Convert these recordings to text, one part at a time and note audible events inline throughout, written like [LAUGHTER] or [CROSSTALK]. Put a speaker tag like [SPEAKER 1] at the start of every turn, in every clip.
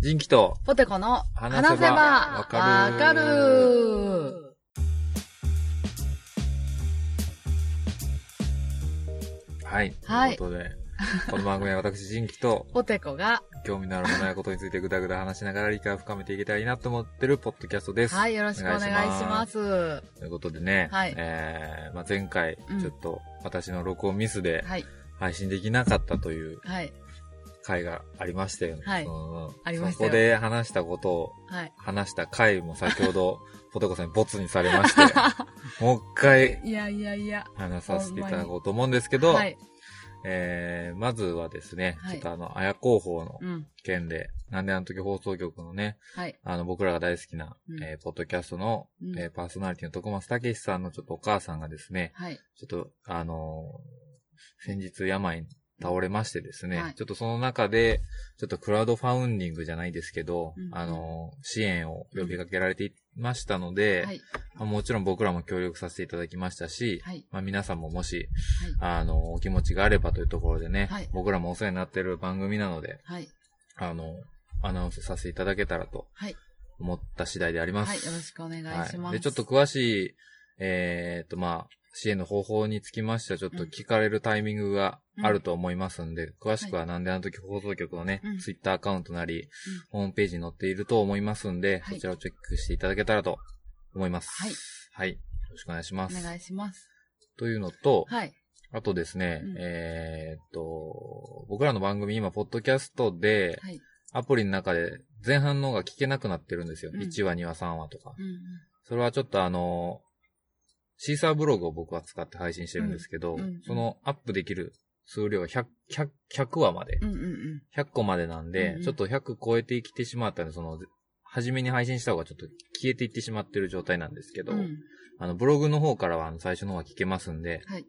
[SPEAKER 1] 人気と、
[SPEAKER 2] ポテコの
[SPEAKER 1] 話
[SPEAKER 2] 話せ
[SPEAKER 1] せば
[SPEAKER 2] ば
[SPEAKER 1] わ
[SPEAKER 2] わ
[SPEAKER 1] か
[SPEAKER 2] か
[SPEAKER 1] る
[SPEAKER 2] る
[SPEAKER 1] はい。
[SPEAKER 2] はい
[SPEAKER 1] ということで、この番組は私、人気と、
[SPEAKER 2] ポテコが、
[SPEAKER 1] 興味のあるものやことについてぐだぐだ話しながら理解を深めていけたらいいなと思ってるポッドキャストです。
[SPEAKER 2] はい、よろしくお願いします。は
[SPEAKER 1] ということでね、
[SPEAKER 2] はい
[SPEAKER 1] えーまあ、前回
[SPEAKER 2] う、ん
[SPEAKER 1] ちょっと私の録音ミスで
[SPEAKER 2] い、
[SPEAKER 1] 配信できなかったという
[SPEAKER 2] はい、
[SPEAKER 1] 回がありましたよね。
[SPEAKER 2] はい
[SPEAKER 1] うん
[SPEAKER 2] ありました
[SPEAKER 1] そ
[SPEAKER 2] よ
[SPEAKER 1] こで話したことを、 [LAUGHS]
[SPEAKER 2] はい。
[SPEAKER 1] 話した回も先ほ
[SPEAKER 2] [LAUGHS]
[SPEAKER 1] ど、ポテコさんにボツにされまして、もう一回
[SPEAKER 2] いやいやいや。
[SPEAKER 1] 話させていただこうと思うんですけど、
[SPEAKER 2] はい、
[SPEAKER 1] えー、まずはですね、
[SPEAKER 2] はい
[SPEAKER 1] ちょっとあの、綾広報の
[SPEAKER 2] うん、
[SPEAKER 1] 件で、なんであの時放送局のね、
[SPEAKER 2] はい、
[SPEAKER 1] あの、僕らが大好きな、
[SPEAKER 2] うん
[SPEAKER 1] えーポッドキャストの、
[SPEAKER 2] うん
[SPEAKER 1] えーパーソナリティの徳松武さんのちょっとお母さんがですね、
[SPEAKER 2] はい、
[SPEAKER 1] ちょっと、あのー先日病に倒れましてですね、
[SPEAKER 2] はい
[SPEAKER 1] ちょっとその中で、ちょっとクラウドファウンディングじゃないですけど、
[SPEAKER 2] うん
[SPEAKER 1] あのー支援を呼びかけられていましたので、
[SPEAKER 2] はい、
[SPEAKER 1] まあもちろん僕らも協力させていただきましたし、
[SPEAKER 2] はい、
[SPEAKER 1] まあ、皆さんももし、
[SPEAKER 2] い
[SPEAKER 1] あのーお気持ちがあればというところでね、
[SPEAKER 2] はい
[SPEAKER 1] 僕らもお世話になっている番組なので、
[SPEAKER 2] はい、
[SPEAKER 1] あのーアナウンスさせていただけたらと
[SPEAKER 2] はい、
[SPEAKER 1] 思った次第であります。
[SPEAKER 2] はい、よろしくお願いし
[SPEAKER 1] は
[SPEAKER 2] ま
[SPEAKER 1] い。
[SPEAKER 2] す。
[SPEAKER 1] で、ちょっと、詳しい、えーっと、まあ、支援の方法につきましては、ちょっと聞かれるタイミングがあると思いますんで、詳しくはなんであの時放送局のね、
[SPEAKER 2] うん
[SPEAKER 1] ツイッターアカウントなり、ホームページに載っていると思いますんで、
[SPEAKER 2] はい
[SPEAKER 1] そちらをチェックしていただけたらと思います。
[SPEAKER 2] はい。
[SPEAKER 1] はい。よろしくお願いしま
[SPEAKER 2] お
[SPEAKER 1] す。
[SPEAKER 2] 願いします。
[SPEAKER 1] というのと、
[SPEAKER 2] はい、
[SPEAKER 1] あとですね、
[SPEAKER 2] うん
[SPEAKER 1] えーっと、僕らの番組今、ポッドキャストで、
[SPEAKER 2] はい、
[SPEAKER 1] アプリの中で前半の方が聞けなくなってるんですよ。
[SPEAKER 2] うん
[SPEAKER 1] 1話、2話、3話とか
[SPEAKER 2] う。ん、
[SPEAKER 1] それはちょっとあの、シーサーブログを僕は使って配信してるんですけど、
[SPEAKER 2] うんうん
[SPEAKER 1] そのアップできる数量が100、100、100話まで
[SPEAKER 2] う、ん、うん、うん、
[SPEAKER 1] 100個までなんで、
[SPEAKER 2] うんうん
[SPEAKER 1] ちょっと100超えてきてしまったんで、その、初めに配信した方がちょっと消えていってしまってる状態なんですけど、
[SPEAKER 2] うん、うん、
[SPEAKER 1] あの、ブログの方からはあの最初の方は聞けますんで、
[SPEAKER 2] はい、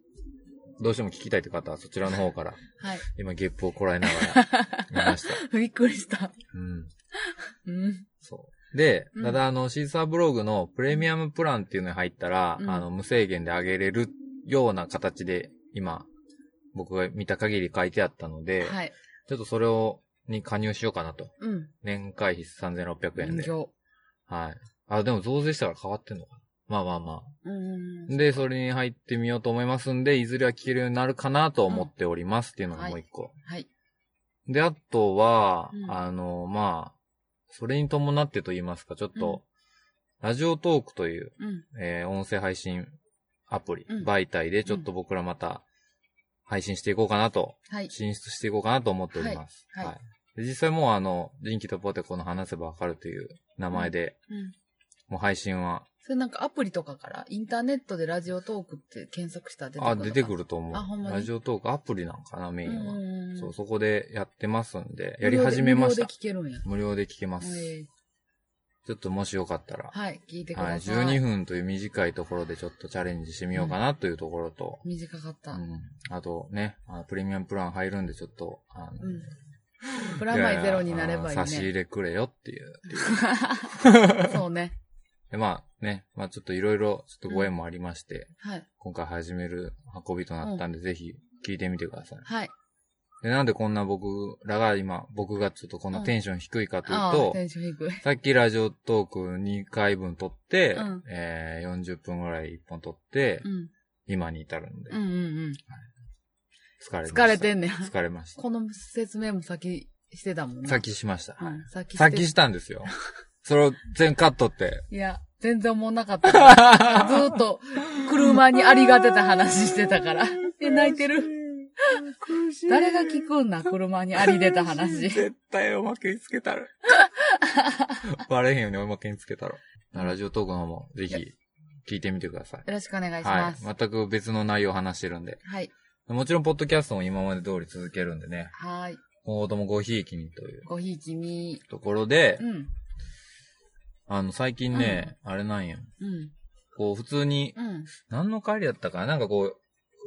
[SPEAKER 1] どうしても聞きたいという方はそちらの方
[SPEAKER 2] [LAUGHS]
[SPEAKER 1] から、
[SPEAKER 2] はい。
[SPEAKER 1] 今ゲップをこらえながら
[SPEAKER 2] [LAUGHS]
[SPEAKER 1] 見ました。
[SPEAKER 2] びっくりした。
[SPEAKER 1] うん。
[SPEAKER 2] うん、
[SPEAKER 1] そう。で、
[SPEAKER 2] うん
[SPEAKER 1] ただあの、シーサーブログのプレミアムプランっていうのに入ったら、
[SPEAKER 2] うん
[SPEAKER 1] あの、無制限であげれるような形で、今、僕が見た限り書いてあったので、
[SPEAKER 2] はい、
[SPEAKER 1] ちょっとそれを、に加入しようかなと。
[SPEAKER 2] うん、
[SPEAKER 1] 年会費3600円
[SPEAKER 2] 人
[SPEAKER 1] で。
[SPEAKER 2] 形。
[SPEAKER 1] はい。あ、でも増税したから変わってんのかな。まあまあま
[SPEAKER 2] うん
[SPEAKER 1] あ。、で、それに入ってみようと思いますんで、いずれは聞けるようになるかなと思っておりますっていうのがもう一個。
[SPEAKER 2] はい、
[SPEAKER 1] で、あとは、
[SPEAKER 2] うん
[SPEAKER 1] あの、まあ、それに伴ってと言いますか、ちょっと、ラジオトークという、
[SPEAKER 2] うん、
[SPEAKER 1] えー音声配信アプリ、
[SPEAKER 2] うん
[SPEAKER 1] 媒体で、ちょっと僕らまた、配信していこうかなと、
[SPEAKER 2] はい、
[SPEAKER 1] 進出していこうかなと思っております。
[SPEAKER 2] はいはい
[SPEAKER 1] で実際もうあの、人気とポテコの話せばわかるという名前で、
[SPEAKER 2] うん。
[SPEAKER 1] もう配信は、
[SPEAKER 2] それなんかアプリとかから、インターネットでラジオトークって検索したら出てく
[SPEAKER 1] あ、
[SPEAKER 2] るのかな
[SPEAKER 1] 出てくると思
[SPEAKER 2] あほん
[SPEAKER 1] う。
[SPEAKER 2] まに
[SPEAKER 1] ラジオトークアプリなんかな、メインは。
[SPEAKER 2] うん
[SPEAKER 1] そう、そこでやってますんで、やり始めました
[SPEAKER 2] 無料で。聞けるんや。
[SPEAKER 1] 無料で聞けます。
[SPEAKER 2] えー
[SPEAKER 1] ちょっともしよかったら、
[SPEAKER 2] はい、聞いてく
[SPEAKER 1] はい、
[SPEAKER 2] ださい。
[SPEAKER 1] 12分という短いところでちょっとチャレンジしてみようかなというところと、
[SPEAKER 2] 短かった。
[SPEAKER 1] う
[SPEAKER 2] うん。
[SPEAKER 1] ん、あとね、あのプレミアムプラン入るんでちょっと、あの、
[SPEAKER 2] プラマイゼロになれば
[SPEAKER 1] や
[SPEAKER 2] いい
[SPEAKER 1] やあの差し入
[SPEAKER 2] ね。
[SPEAKER 1] れくれよっていう。
[SPEAKER 2] そうね。
[SPEAKER 1] でまあね、まあちょっといろいろちょっとご縁もありまして、
[SPEAKER 2] はい。
[SPEAKER 1] 今回始める運びとなったんで、ぜひ聞いてみてください。
[SPEAKER 2] はい。
[SPEAKER 1] で、なんでこんな僕らが今、僕がちょっとこんなテンション低いかという
[SPEAKER 2] あ
[SPEAKER 1] と、
[SPEAKER 2] あ、テンション低い。
[SPEAKER 1] さっきラジオトーク2回分撮って、
[SPEAKER 2] うん
[SPEAKER 1] えー40分ぐらい1本撮って、
[SPEAKER 2] うん。
[SPEAKER 1] 今に至るんで、
[SPEAKER 2] うんうん
[SPEAKER 1] 疲れ
[SPEAKER 2] うん。
[SPEAKER 1] ました。
[SPEAKER 2] 疲れてんねん。
[SPEAKER 1] 疲れまし
[SPEAKER 2] この説明も先してたもん
[SPEAKER 1] た。
[SPEAKER 2] ね。
[SPEAKER 1] さっ。きしました。
[SPEAKER 2] う
[SPEAKER 1] はい
[SPEAKER 2] ん、さっき。
[SPEAKER 1] さっきしたんですよ。それを全カットって。
[SPEAKER 2] いや、全然思んなかったか
[SPEAKER 1] [LAUGHS]
[SPEAKER 2] ら。 [LAUGHS] ずーっと、車にありがてた話してたから。え、泣いてる。誰が聞くんだ車にあり出た話。
[SPEAKER 1] 絶対おまけにつけた
[SPEAKER 2] [LAUGHS]
[SPEAKER 1] る。バレへんようにおまけにつけたろ。ラジオトークの方もぜひ聞いてみてください。
[SPEAKER 2] よろしくお願いし
[SPEAKER 1] は
[SPEAKER 2] ます。はい
[SPEAKER 1] い。全く別の内容を話してるんで。
[SPEAKER 2] はーい。
[SPEAKER 1] もちろん、ポッドキャストも今まで通り続けるんでね。今後ともごひいきにという
[SPEAKER 2] ごひいきに。
[SPEAKER 1] ところで
[SPEAKER 2] う、ん。
[SPEAKER 1] あの、最近ね、あれなんよ。
[SPEAKER 2] うん。
[SPEAKER 1] こう、普通に、
[SPEAKER 2] うん。
[SPEAKER 1] 何の帰りだったかななんかこ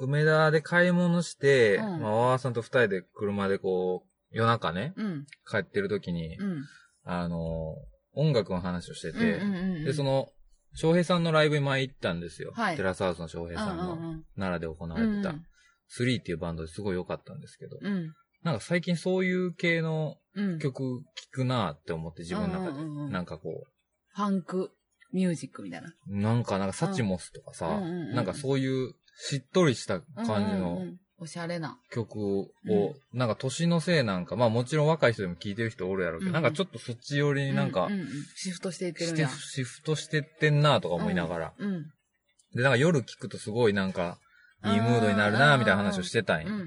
[SPEAKER 1] う、梅田で買い物して、
[SPEAKER 2] うん
[SPEAKER 1] まあ、わわさんと二人で車でこう、夜中ね、
[SPEAKER 2] うん。
[SPEAKER 1] 帰ってる時に、
[SPEAKER 2] うん。
[SPEAKER 1] あのー、音楽の話をしてて、
[SPEAKER 2] うんうんうんうん
[SPEAKER 1] で、そ、の、翔平さんのライブに前行ったんですよ。
[SPEAKER 2] はい
[SPEAKER 1] テラスハウスの翔
[SPEAKER 2] う
[SPEAKER 1] 平
[SPEAKER 2] ん
[SPEAKER 1] さん
[SPEAKER 2] う
[SPEAKER 1] の、
[SPEAKER 2] んうん。
[SPEAKER 1] 奈良で行わ
[SPEAKER 2] う
[SPEAKER 1] れ
[SPEAKER 2] ん
[SPEAKER 1] てた、スリーっていうバンドですごい良かったんですけど、
[SPEAKER 2] うん。
[SPEAKER 1] なんか最近そういう系の
[SPEAKER 2] うん。
[SPEAKER 1] 曲聴くなーって思って自分の中で。
[SPEAKER 2] うんうんうん
[SPEAKER 1] なんかこ
[SPEAKER 2] ファンクミュージックみたいな。
[SPEAKER 1] う、なんかなんかサチモスとかさ、
[SPEAKER 2] うんうんうんうん
[SPEAKER 1] なんかそういうしっとりした感じ
[SPEAKER 2] うんうん
[SPEAKER 1] の
[SPEAKER 2] うんおしゃれな。
[SPEAKER 1] 曲を、
[SPEAKER 2] う
[SPEAKER 1] なんか年のせいなんか、まあもちろん若い人でも聴いてる人おるやろうけど、
[SPEAKER 2] うん
[SPEAKER 1] なんかちょっとそっち寄りになんか
[SPEAKER 2] う、ううシフトしていってる
[SPEAKER 1] し
[SPEAKER 2] ん
[SPEAKER 1] て
[SPEAKER 2] や。
[SPEAKER 1] シフトしてってんなーとか思いながら。
[SPEAKER 2] うん。
[SPEAKER 1] で、なんか夜聴くとすごいなんか、いいムードになるなーみたいな話をしてたん
[SPEAKER 2] うん
[SPEAKER 1] や
[SPEAKER 2] う。んう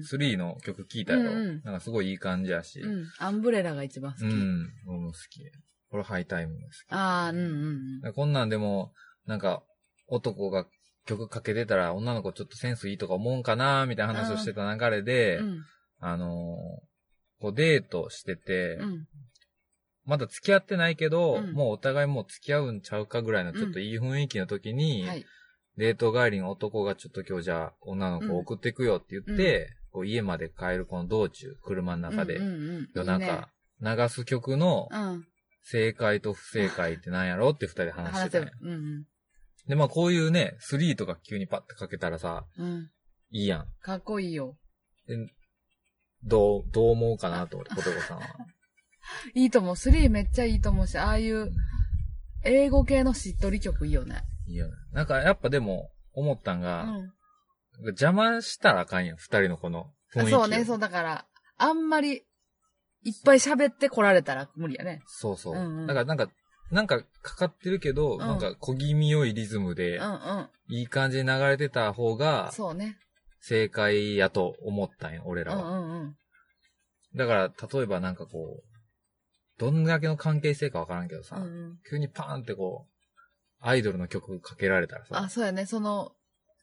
[SPEAKER 2] ん。
[SPEAKER 1] 3の曲聴いたやろ。
[SPEAKER 2] うんうん
[SPEAKER 1] なんかすごいいい感じやし。
[SPEAKER 2] うん。アンブレラが一番好き。
[SPEAKER 1] うん。俺も好き。これハイタイムが好き。
[SPEAKER 2] ああ、うんうん
[SPEAKER 1] だからこんなんでも、なんか、男が曲かけてたら女の子ちょっとセンスいいとか思うんかなみたいな話をしてた流れで、
[SPEAKER 2] うん。
[SPEAKER 1] あのーこうデートしてて、
[SPEAKER 2] うん。うん。
[SPEAKER 1] まだ付き合ってないけど、
[SPEAKER 2] うん
[SPEAKER 1] もうお互いもう付き合うんちゃうかぐらいのちょっといい雰囲気の時に、
[SPEAKER 2] はい。
[SPEAKER 1] デート帰りの男がちょっと今日じゃあ女の子送ってくよって言って、こう家まで帰るこの道中、車の中で、
[SPEAKER 2] うんうんうん、
[SPEAKER 1] 夜
[SPEAKER 2] いいね
[SPEAKER 1] 中、流す曲の
[SPEAKER 2] うん。
[SPEAKER 1] 正解と不正解ってなんやろって二人で話し
[SPEAKER 2] 話
[SPEAKER 1] てた
[SPEAKER 2] せ
[SPEAKER 1] んや
[SPEAKER 2] る。うんうん。
[SPEAKER 1] で、まあこういうね、3とか急にパッてかけたらさ、
[SPEAKER 2] うん。
[SPEAKER 1] いいやん。
[SPEAKER 2] かっこいいよ。
[SPEAKER 1] でどう、どう思うかなと思って、ことこさん
[SPEAKER 2] [LAUGHS]
[SPEAKER 1] は。
[SPEAKER 2] いいと思う。3めっちゃいいと思うし、ああいう英語系のしっとり曲いいよね。
[SPEAKER 1] いいよね。なんかやっぱでも、思ったん
[SPEAKER 2] う
[SPEAKER 1] が、
[SPEAKER 2] ん。
[SPEAKER 1] 邪魔したらあかんやん、二人のこの雰囲気を。
[SPEAKER 2] そうね、そうだから、あんまり、いっぱい喋って来られたら無理やね。
[SPEAKER 1] そうそう。
[SPEAKER 2] うんうん
[SPEAKER 1] だからなんか、なんかかかってるけど、
[SPEAKER 2] ん
[SPEAKER 1] なんか小気味良いリズムで
[SPEAKER 2] うん、うん。
[SPEAKER 1] いい感じに流れてた方が、
[SPEAKER 2] そうね。
[SPEAKER 1] 正解やと思ったんや、俺
[SPEAKER 2] う
[SPEAKER 1] ら
[SPEAKER 2] ん
[SPEAKER 1] は。
[SPEAKER 2] うんうん。
[SPEAKER 1] だから、例えばなんかこう、どんだけの関係性かわからんけどさ、
[SPEAKER 2] うんうん、
[SPEAKER 1] 急にパーンってこう、アイドルの曲かけられたら
[SPEAKER 2] あ、
[SPEAKER 1] さ、
[SPEAKER 2] そうやね、その、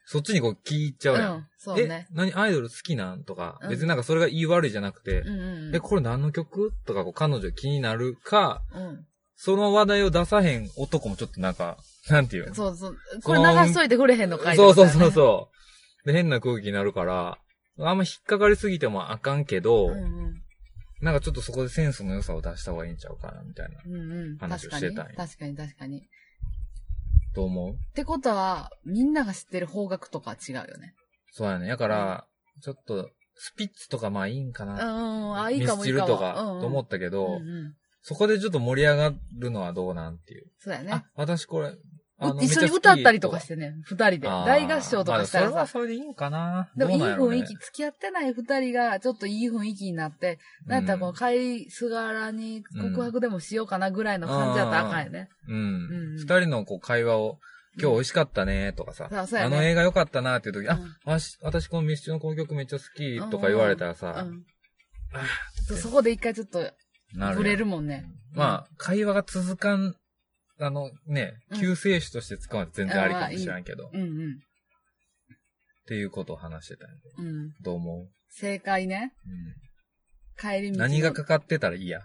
[SPEAKER 1] そっちにこう聞いちゃ
[SPEAKER 2] う
[SPEAKER 1] うやん。
[SPEAKER 2] ん、そうね。
[SPEAKER 1] え、何アイドル好きなんとか、
[SPEAKER 2] うん
[SPEAKER 1] 別になんかそれが言い悪いじゃなくて、
[SPEAKER 2] うんうんうん。
[SPEAKER 1] え、これ何の曲とかこう彼女気になるか、
[SPEAKER 2] うん。
[SPEAKER 1] その話題を出さへん男もちょっとなんか、なんていうの
[SPEAKER 2] そうそう。これ流しといてくれへんのかい
[SPEAKER 1] そうそうそう
[SPEAKER 2] う。
[SPEAKER 1] そう。で、変な空気になるから、あんま引っかかりすぎてもあかんけど、
[SPEAKER 2] うんうん。
[SPEAKER 1] なんかちょっとそこでセンスの良さを出した方がいいんちゃうかな、みたいな。
[SPEAKER 2] うんうん。
[SPEAKER 1] 話
[SPEAKER 2] 確
[SPEAKER 1] を
[SPEAKER 2] か
[SPEAKER 1] して
[SPEAKER 2] に。
[SPEAKER 1] たんや
[SPEAKER 2] 確かに、確かに。っ
[SPEAKER 1] どう思う
[SPEAKER 2] てことは、みんなが知ってる方角とかは違うよね。
[SPEAKER 1] そうやね。だから、ちょっと、スピッツとかまあいいんか
[SPEAKER 2] うん
[SPEAKER 1] な。
[SPEAKER 2] うん。あ、いいかも
[SPEAKER 1] ミスチ
[SPEAKER 2] いい
[SPEAKER 1] ル
[SPEAKER 2] かも。
[SPEAKER 1] とか、と思
[SPEAKER 2] っ
[SPEAKER 1] ったけ
[SPEAKER 2] た
[SPEAKER 1] ど、
[SPEAKER 2] うんうん。
[SPEAKER 1] そこでちょっと盛り上がるのはどうなんっていう。
[SPEAKER 2] そうやね
[SPEAKER 1] あ。、私これ、あの
[SPEAKER 2] う一緒に歌ったりとかしてね、二人で。
[SPEAKER 1] あー
[SPEAKER 2] 大合唱とかしたら
[SPEAKER 1] まあ
[SPEAKER 2] さ。
[SPEAKER 1] それはそれでいいんかな。
[SPEAKER 2] でもいい
[SPEAKER 1] どうなんやろう
[SPEAKER 2] 雰
[SPEAKER 1] ね
[SPEAKER 2] 囲気、付き合ってない二人が、ちょっといい雰囲気になって、なんやったらこの帰りすがらに告白でもしようかなぐらいの感じだったらあかんよね。
[SPEAKER 1] うん
[SPEAKER 2] うん。
[SPEAKER 1] 二、人のこう会話を、今日美味しかったねとかさ、
[SPEAKER 2] そうそうや
[SPEAKER 1] あ
[SPEAKER 2] ね
[SPEAKER 1] の映画良かったなっていう時、あ
[SPEAKER 2] うん、
[SPEAKER 1] わし私このミスチルのこの曲めっちゃ好きとか言われたらさ、
[SPEAKER 2] うん
[SPEAKER 1] あ
[SPEAKER 2] そうそこで一回ちょっと、
[SPEAKER 1] なるやん
[SPEAKER 2] 触れるもんね。
[SPEAKER 1] まあ、会話が続かん、あのね
[SPEAKER 2] う、ん
[SPEAKER 1] 救世主として使うのは全然ありかもしれんけど、っ
[SPEAKER 2] うんうん。
[SPEAKER 1] ていうことを話してたんで、
[SPEAKER 2] うん。
[SPEAKER 1] どう思
[SPEAKER 2] 正解ね。
[SPEAKER 1] う、う
[SPEAKER 2] 帰り
[SPEAKER 1] ん、
[SPEAKER 2] 道の。
[SPEAKER 1] 何がかかってたらいいや。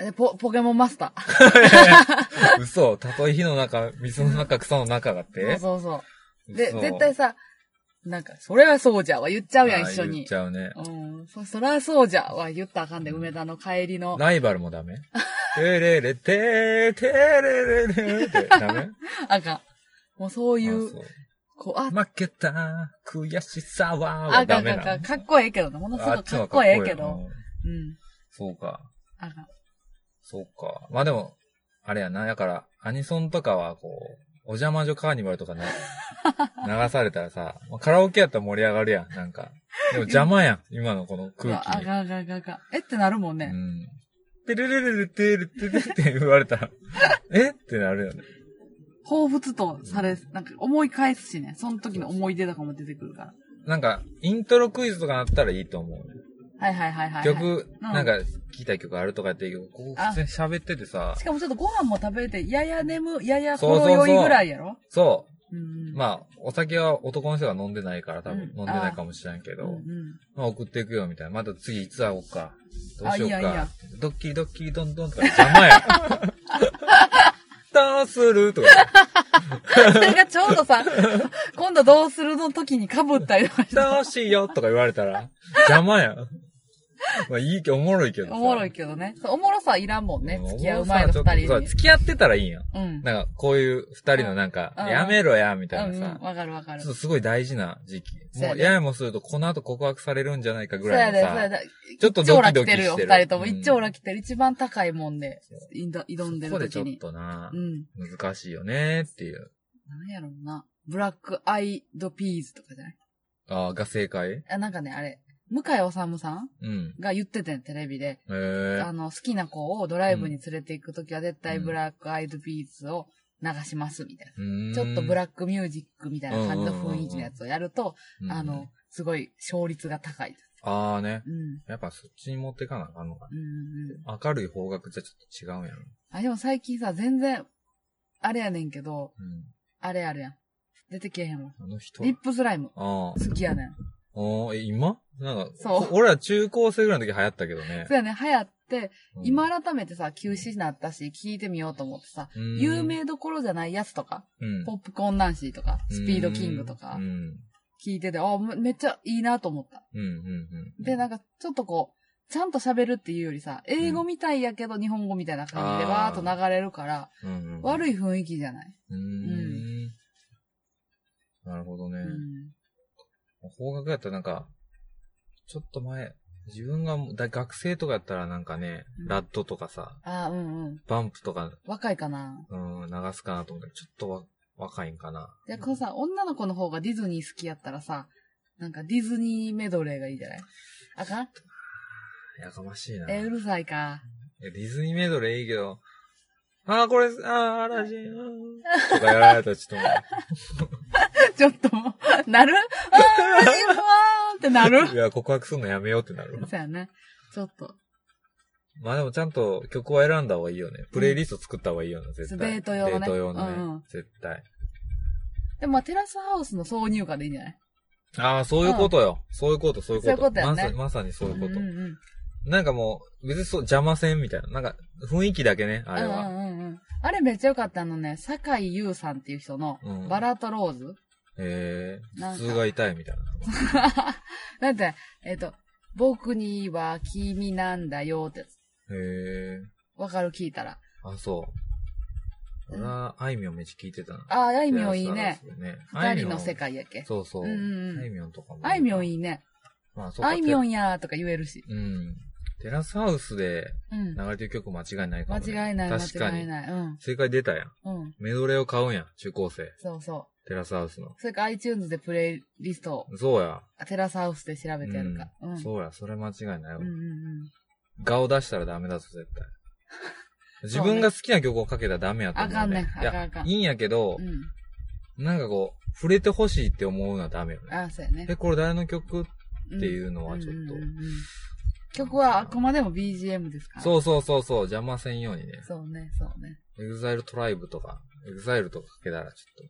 [SPEAKER 2] えポ、ポケモンマスター。
[SPEAKER 1] 嘘、たとえ火の中、水の中、草の中だって
[SPEAKER 2] そうそうそう。で、
[SPEAKER 1] 嘘
[SPEAKER 2] 絶対さ、なんか、それはそうじゃは言っちゃうやん、
[SPEAKER 1] あー
[SPEAKER 2] 一緒
[SPEAKER 1] 言っ
[SPEAKER 2] に
[SPEAKER 1] ち。ゃうね。
[SPEAKER 2] うん。そ、そらそうじゃは言ったらあかんで、梅田の帰りの。
[SPEAKER 1] ライバルもダ
[SPEAKER 2] [LAUGHS]
[SPEAKER 1] メてれれてーてれれれーってダメ
[SPEAKER 2] あかん。もうそうい
[SPEAKER 1] あ
[SPEAKER 2] う、
[SPEAKER 1] そ
[SPEAKER 2] こう、あ、
[SPEAKER 1] 負けた悔しさは
[SPEAKER 2] あ
[SPEAKER 1] は
[SPEAKER 2] か
[SPEAKER 1] ダ
[SPEAKER 2] んあ
[SPEAKER 1] メ
[SPEAKER 2] かんあか。
[SPEAKER 1] なんの
[SPEAKER 2] かっこええけどね。ものす
[SPEAKER 1] あ
[SPEAKER 2] ご
[SPEAKER 1] っ
[SPEAKER 2] く
[SPEAKER 1] ちの
[SPEAKER 2] か
[SPEAKER 1] 方
[SPEAKER 2] っ
[SPEAKER 1] がかっ
[SPEAKER 2] こ
[SPEAKER 1] こえ
[SPEAKER 2] え
[SPEAKER 1] え
[SPEAKER 2] え
[SPEAKER 1] け
[SPEAKER 2] け
[SPEAKER 1] ど
[SPEAKER 2] ど。。うん。
[SPEAKER 1] そうか。
[SPEAKER 2] あかん。
[SPEAKER 1] そうか。まあでも、あれやな。だから、アニソンとかは、こう、お邪魔女カーニバルと
[SPEAKER 2] [LAUGHS]
[SPEAKER 1] かね、流されたらさ、まあカラオケやったら盛り上がるやん。なんか。でも邪魔やん。今のこの空
[SPEAKER 2] うわ
[SPEAKER 1] 気
[SPEAKER 2] あ
[SPEAKER 1] に。
[SPEAKER 2] かんあかんあかんあかん。えってなるもん
[SPEAKER 1] う
[SPEAKER 2] ね。
[SPEAKER 1] ん。てれれれれてれてれって言われたら、 [LAUGHS] えってなるよね。
[SPEAKER 2] 彷彿とされ、なんか思い返すしね。その時の思い出とかも出てくるから。
[SPEAKER 1] なんか、イントロクイズとかなったらいいと思う。
[SPEAKER 2] はいはいはいはいはい。
[SPEAKER 1] 曲、
[SPEAKER 2] うん
[SPEAKER 1] なんか、聴きたい曲あるとかやって言うけど、ここ普
[SPEAKER 2] あ
[SPEAKER 1] 通に喋っててさ
[SPEAKER 2] し、かもちょっとご飯も食べて、やや眠、やや
[SPEAKER 1] そうそ
[SPEAKER 2] ほ
[SPEAKER 1] う
[SPEAKER 2] ろ
[SPEAKER 1] そう
[SPEAKER 2] 酔いぐらいやろ
[SPEAKER 1] そ
[SPEAKER 2] うん
[SPEAKER 1] う、
[SPEAKER 2] うん。
[SPEAKER 1] まあ、お酒は男の人が飲んでないから多分
[SPEAKER 2] うん
[SPEAKER 1] 飲んでないかもしれんけど、
[SPEAKER 2] うんうん
[SPEAKER 1] まあ送っていくよみたいな。また次いつ会おうか。どうしよう
[SPEAKER 2] あいいやいい
[SPEAKER 1] か
[SPEAKER 2] や。
[SPEAKER 1] ドッキリドッキリドンドンとか邪魔や。 [LAUGHS] どうするとか。
[SPEAKER 2] それがちょうどさ、今度どうするの時に被ったりとかして。
[SPEAKER 1] どうしようとか言われたら、邪魔や。まあいいけど、おもろいけどさ。
[SPEAKER 2] おもろいけどね。そうおもろさはいらんもんね。
[SPEAKER 1] ん
[SPEAKER 2] 付き合う前の二
[SPEAKER 1] おもろさはちょっとそ
[SPEAKER 2] 人
[SPEAKER 1] う
[SPEAKER 2] に。
[SPEAKER 1] 付き合ってたらいいんよ。
[SPEAKER 2] うん。
[SPEAKER 1] なんか、こういう二人のなんか、
[SPEAKER 2] うん
[SPEAKER 1] やめろや、み
[SPEAKER 2] う
[SPEAKER 1] たい
[SPEAKER 2] ん
[SPEAKER 1] な
[SPEAKER 2] うん、
[SPEAKER 1] さ。
[SPEAKER 2] わかるわかる。
[SPEAKER 1] ちょっとすごい大事な時期。
[SPEAKER 2] そうや
[SPEAKER 1] もう、
[SPEAKER 2] ね
[SPEAKER 1] ややもすると、この後告白されるんじゃないかぐ
[SPEAKER 2] そう
[SPEAKER 1] ら
[SPEAKER 2] や
[SPEAKER 1] い
[SPEAKER 2] で、
[SPEAKER 1] の
[SPEAKER 2] そうや
[SPEAKER 1] さ、
[SPEAKER 2] で。
[SPEAKER 1] ちょっとドキドキしてる。
[SPEAKER 2] 一丁羅来てるよ、二人とも。一丁羅
[SPEAKER 1] 来
[SPEAKER 2] 来てる。一番高いもんで、いんだ挑んで
[SPEAKER 1] そこ
[SPEAKER 2] る
[SPEAKER 1] でちょ
[SPEAKER 2] 時
[SPEAKER 1] っ
[SPEAKER 2] に。
[SPEAKER 1] とな
[SPEAKER 2] う、ん。
[SPEAKER 1] 難しいよねっていう。
[SPEAKER 2] なんやろうな。ブラックアイドピーズとかじゃない
[SPEAKER 1] ああ、が正解
[SPEAKER 2] あ、なんかね、あれ、向井治さん
[SPEAKER 1] うん。
[SPEAKER 2] が言っててん、テレビで。
[SPEAKER 1] へえ。
[SPEAKER 2] あの、好きな子をドライブに連れて行くときは絶対ブラックアイドピーズを流します、みたいな。ちょっとブ
[SPEAKER 1] ッ
[SPEAKER 2] ラックミュージックみたいな感じの雰囲気のやつをやると、
[SPEAKER 1] ク
[SPEAKER 2] あの、、すごい勝率が高い。
[SPEAKER 1] ああね。
[SPEAKER 2] うん。うん
[SPEAKER 1] やっぱそっちに持ってかなあかんのか
[SPEAKER 2] うんうん。
[SPEAKER 1] な。明るい方角じゃちょっと違うんやろ。
[SPEAKER 2] あ、でも最近さ、全然、あれやねんけど、
[SPEAKER 1] う
[SPEAKER 2] あれあるやん。出てけえへんわ。
[SPEAKER 1] ん。あの人。
[SPEAKER 2] リップスライム。
[SPEAKER 1] ああ。
[SPEAKER 2] 好きやねん。
[SPEAKER 1] おーえ、今なんか、
[SPEAKER 2] そう
[SPEAKER 1] 俺ら中高生ぐらいの時流行ったけどね
[SPEAKER 2] そ。うやねん、流行って、
[SPEAKER 1] うん
[SPEAKER 2] 今、改めてさ、休止になったし、聞いてみようと思ってさ、
[SPEAKER 1] うん
[SPEAKER 2] 有、名どころじゃないやつとか、
[SPEAKER 1] うん
[SPEAKER 2] ポップコーンナンシーとか、スピードキングとか
[SPEAKER 1] うん、。
[SPEAKER 2] 聞いてて、あ、めめっちゃいいなと思った。
[SPEAKER 1] うん、うん、うん。
[SPEAKER 2] で、なん
[SPEAKER 1] か、
[SPEAKER 2] か、ちょっとこう、ちゃんと喋るっていうよりさ、英語みたいやけど日本語みたいな感じで
[SPEAKER 1] あー
[SPEAKER 2] わーっと流れるから、
[SPEAKER 1] うんうん、
[SPEAKER 2] 悪
[SPEAKER 1] い。
[SPEAKER 2] い雰囲気じゃない、
[SPEAKER 1] うーん。なるほどね。
[SPEAKER 2] うん、
[SPEAKER 1] 方角やったらなんか、ちょっと前、自分がもう大学生とかやったらなんかね、
[SPEAKER 2] うん
[SPEAKER 1] ラッドとかさ、
[SPEAKER 2] あーうんうん。
[SPEAKER 1] バンプとか、
[SPEAKER 2] 若いかな。
[SPEAKER 1] うん、流すかなと思ったけど、ちょっとわ若いんかな。
[SPEAKER 2] で、このさ、女の子の方がディズニー好きやったらさ、なんかディズニーメドレーがいいじゃないあかん
[SPEAKER 1] やかましいな。
[SPEAKER 2] え、うるさいか。 [LAUGHS]
[SPEAKER 1] いやディズニーメドレーいいけど、ああ、これ、ああ、アラジン、あ
[SPEAKER 2] [LAUGHS]
[SPEAKER 1] ーとかやられたらちょっとも
[SPEAKER 2] ちょっと、なるあー、マジふわーんってな
[SPEAKER 1] [LAUGHS]
[SPEAKER 2] る
[SPEAKER 1] う、いや、告白するのやめようってなるわ。
[SPEAKER 2] そうやね。ちょっと、
[SPEAKER 1] まあでもちゃんと曲は選んだ方がいいよね。プレイリスト作った方がいいよね、絶対。
[SPEAKER 2] デート用のね
[SPEAKER 1] デート用のね。
[SPEAKER 2] うんうん
[SPEAKER 1] 絶対。
[SPEAKER 2] でもまあ、テラスハウスの挿入歌でいいんじゃない
[SPEAKER 1] ああ、そういうことよ。そういうこと、そういうこと。
[SPEAKER 2] そういうことよね
[SPEAKER 1] まさまさにそういうこと。
[SPEAKER 2] うんうんうん。
[SPEAKER 1] なんかもう、別にそう、邪魔せんみたいな。なんか、雰囲気だけね、あれ
[SPEAKER 2] う
[SPEAKER 1] は。
[SPEAKER 2] んうんうんうん。あれめっちゃ良かったあのね、酒井優さんっていう人の
[SPEAKER 1] うん、
[SPEAKER 2] バラとローズ。 [LAUGHS]
[SPEAKER 1] ええー、
[SPEAKER 2] な
[SPEAKER 1] 頭
[SPEAKER 2] んか
[SPEAKER 1] 痛が痛いみたいな。
[SPEAKER 2] なんて、えっ、と、僕には君なんだよってやつ。
[SPEAKER 1] へえ
[SPEAKER 2] わかる聞いたら。
[SPEAKER 1] ー、あ、そう。俺は、あいみょんめっちゃ聞いてたな。
[SPEAKER 2] ああ、あ
[SPEAKER 1] あ
[SPEAKER 2] いみょんいいね。。
[SPEAKER 1] あ
[SPEAKER 2] 二
[SPEAKER 1] いみ
[SPEAKER 2] 人
[SPEAKER 1] ょん
[SPEAKER 2] の世。界やっけ。
[SPEAKER 1] そうそう。
[SPEAKER 2] うんうんうん
[SPEAKER 1] あいみょんとかも。
[SPEAKER 2] あいみょん
[SPEAKER 1] い。
[SPEAKER 2] いいね。
[SPEAKER 1] まあ、そうか。
[SPEAKER 2] あいみょ
[SPEAKER 1] て
[SPEAKER 2] んやーとか言えるし。
[SPEAKER 1] うん。テラスハウスで
[SPEAKER 2] うん
[SPEAKER 1] 流。れてる曲間違いないか
[SPEAKER 2] 間
[SPEAKER 1] も、ね。
[SPEAKER 2] 違いない、
[SPEAKER 1] 確か
[SPEAKER 2] 間違い
[SPEAKER 1] に。
[SPEAKER 2] ない。うん。
[SPEAKER 1] 正解出たやん。
[SPEAKER 2] うん。
[SPEAKER 1] メドレーを買うんやん、中高生。
[SPEAKER 2] そうそ
[SPEAKER 1] テラスハウスの。
[SPEAKER 2] う。それか iTunes でプレイリストを、
[SPEAKER 1] そうや。
[SPEAKER 2] テラスハウスで調べてやるか。うん。
[SPEAKER 1] そうや、それ間違いないわ。
[SPEAKER 2] うんうんうん。
[SPEAKER 1] 顔出したらダメだぞ、絶対。自
[SPEAKER 2] うね
[SPEAKER 1] 分が好きな曲をかけたらダメやと思う、ね。
[SPEAKER 2] あかん
[SPEAKER 1] い
[SPEAKER 2] ねあかんあ
[SPEAKER 1] や
[SPEAKER 2] か、ん
[SPEAKER 1] いいんやけど、
[SPEAKER 2] う
[SPEAKER 1] なんかこう、触れてほしいって思うのはダメよ
[SPEAKER 2] ん。
[SPEAKER 1] ね。
[SPEAKER 2] ああ、そうやね。
[SPEAKER 1] え、これ誰の曲っ
[SPEAKER 2] って
[SPEAKER 1] いうのはちょっと。
[SPEAKER 2] 曲はあくまでも BGM ですから。
[SPEAKER 1] そうそうそうそう、邪魔せんようにね。
[SPEAKER 2] そうね、そうね。
[SPEAKER 1] エグザイルトライブとか、エグザイルとかかけたらちょっと。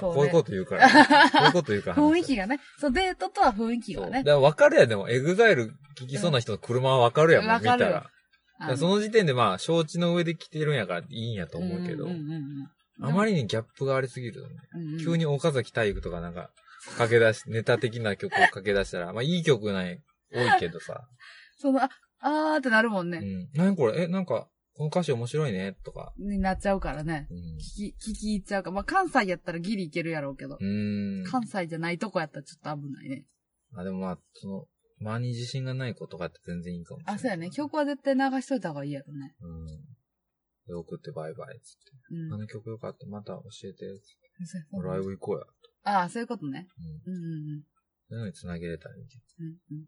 [SPEAKER 2] そうね
[SPEAKER 1] こういうこと言う
[SPEAKER 2] [LAUGHS]
[SPEAKER 1] から。こういうこと言うから。
[SPEAKER 2] 雰囲気がね、そう、デートとは雰囲気
[SPEAKER 1] そう
[SPEAKER 2] が
[SPEAKER 1] だ
[SPEAKER 2] ね
[SPEAKER 1] か。ら分かるやん、でも、エグザイル聞きそうな人の車は分かるやん、
[SPEAKER 2] うん
[SPEAKER 1] もう見たら。
[SPEAKER 2] 分かる
[SPEAKER 1] だ
[SPEAKER 2] よ
[SPEAKER 1] か
[SPEAKER 2] あ
[SPEAKER 1] らその時点でまあ、承知の上で来てるんやからいいんやと思うけど、
[SPEAKER 2] んんうんうん
[SPEAKER 1] あまりにギャップがありすぎるとね。
[SPEAKER 2] うんうん
[SPEAKER 1] 急に岡崎体育とかなんか、かけ出し、ネタ的な曲をかけ出したら、まあいい曲ない、多いけどさ。
[SPEAKER 2] その、あ、あーってなるもん
[SPEAKER 1] う
[SPEAKER 2] ね。
[SPEAKER 1] ん。何これえ、なんか、この歌詞面白いねとか。
[SPEAKER 2] になっちゃうからね。
[SPEAKER 1] うん。
[SPEAKER 2] 聞き、聞き入っちゃうか。まあ、関西やったらギリいけるやろうけど
[SPEAKER 1] う。ーん。
[SPEAKER 2] 関西じゃないとこやったらちょっと危ないね。
[SPEAKER 1] あ、でもまあ、その、間に自信がない子とかって全然いいかもしれない。
[SPEAKER 2] あ、そうやね。曲は絶対流しといた方がいいやろね。
[SPEAKER 1] うん。で、送ってバイバイっつって。
[SPEAKER 2] うん
[SPEAKER 1] あ。の曲よかった、また教えて。
[SPEAKER 2] そうや
[SPEAKER 1] ライブ行こうや。
[SPEAKER 2] ああ、そういうことね。
[SPEAKER 1] うん。
[SPEAKER 2] うんうんうん
[SPEAKER 1] そういうのに繋げれたらいいけ
[SPEAKER 2] うんうん。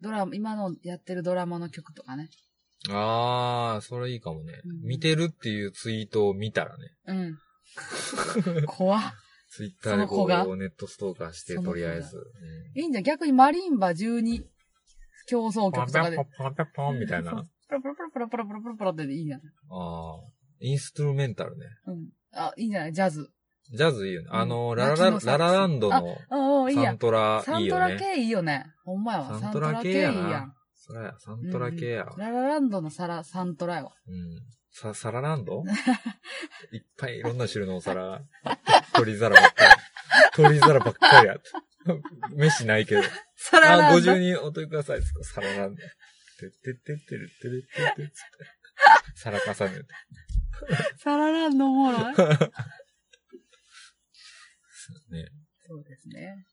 [SPEAKER 2] ドラマ、今のやってるドラマの曲とかね。
[SPEAKER 1] ど。あー、それいいかもね。
[SPEAKER 2] うん
[SPEAKER 1] 見てるっていうツイートを見たらね。
[SPEAKER 2] うん。怖っ。
[SPEAKER 1] ツイッターで
[SPEAKER 2] その
[SPEAKER 1] こ
[SPEAKER 2] 子が
[SPEAKER 1] う、ネットストーカーして、
[SPEAKER 2] その
[SPEAKER 1] と
[SPEAKER 2] 子が
[SPEAKER 1] りあえず。うん
[SPEAKER 2] いいんじゃん。逆にマリンバ12競争
[SPEAKER 1] パ
[SPEAKER 2] 曲
[SPEAKER 1] ン
[SPEAKER 2] と
[SPEAKER 1] パ
[SPEAKER 2] か
[SPEAKER 1] ン
[SPEAKER 2] で
[SPEAKER 1] パン。パンパンパンみたいな。
[SPEAKER 2] そう
[SPEAKER 1] あ
[SPEAKER 2] そう。プラプラプラプラプラプラプラプラでいいんじゃない
[SPEAKER 1] あー。インストゥルメンタルね。
[SPEAKER 2] うん。あ、いいんじゃないジャズ。
[SPEAKER 1] ジャズいいよね。あの、
[SPEAKER 2] うん
[SPEAKER 1] ララ
[SPEAKER 2] 夏
[SPEAKER 1] ラ
[SPEAKER 2] のサッ
[SPEAKER 1] ラ
[SPEAKER 2] クス
[SPEAKER 1] ラランドの
[SPEAKER 2] うんうん、いい
[SPEAKER 1] サ
[SPEAKER 2] や
[SPEAKER 1] ン
[SPEAKER 2] ん。
[SPEAKER 1] トラ
[SPEAKER 2] サ
[SPEAKER 1] いい
[SPEAKER 2] ント
[SPEAKER 1] よ
[SPEAKER 2] ラ
[SPEAKER 1] ね。
[SPEAKER 2] 系いいよね。ほんまやわ。
[SPEAKER 1] サ
[SPEAKER 2] サ
[SPEAKER 1] ント
[SPEAKER 2] ント
[SPEAKER 1] ラ系
[SPEAKER 2] ラ系いい
[SPEAKER 1] や
[SPEAKER 2] や
[SPEAKER 1] な
[SPEAKER 2] ン。
[SPEAKER 1] そりゃ、サントラ系やわ。
[SPEAKER 2] ララランドのサラ、サントラよ。
[SPEAKER 1] うん。さ、サララン
[SPEAKER 2] [LAUGHS]
[SPEAKER 1] ドいっぱいいろんな種類のお皿。鳥皿ばっかり。鳥皿ばっかりやった。飯ないけど。
[SPEAKER 2] サラ
[SPEAKER 1] あ、
[SPEAKER 2] ラ
[SPEAKER 1] ご
[SPEAKER 2] ン
[SPEAKER 1] 自
[SPEAKER 2] ド
[SPEAKER 1] 由。にお取りください。つってサラなんだ。てってってってるってるってってって。サラ重ねて。
[SPEAKER 2] サラランドおもろい。
[SPEAKER 1] ね。
[SPEAKER 2] そうですね。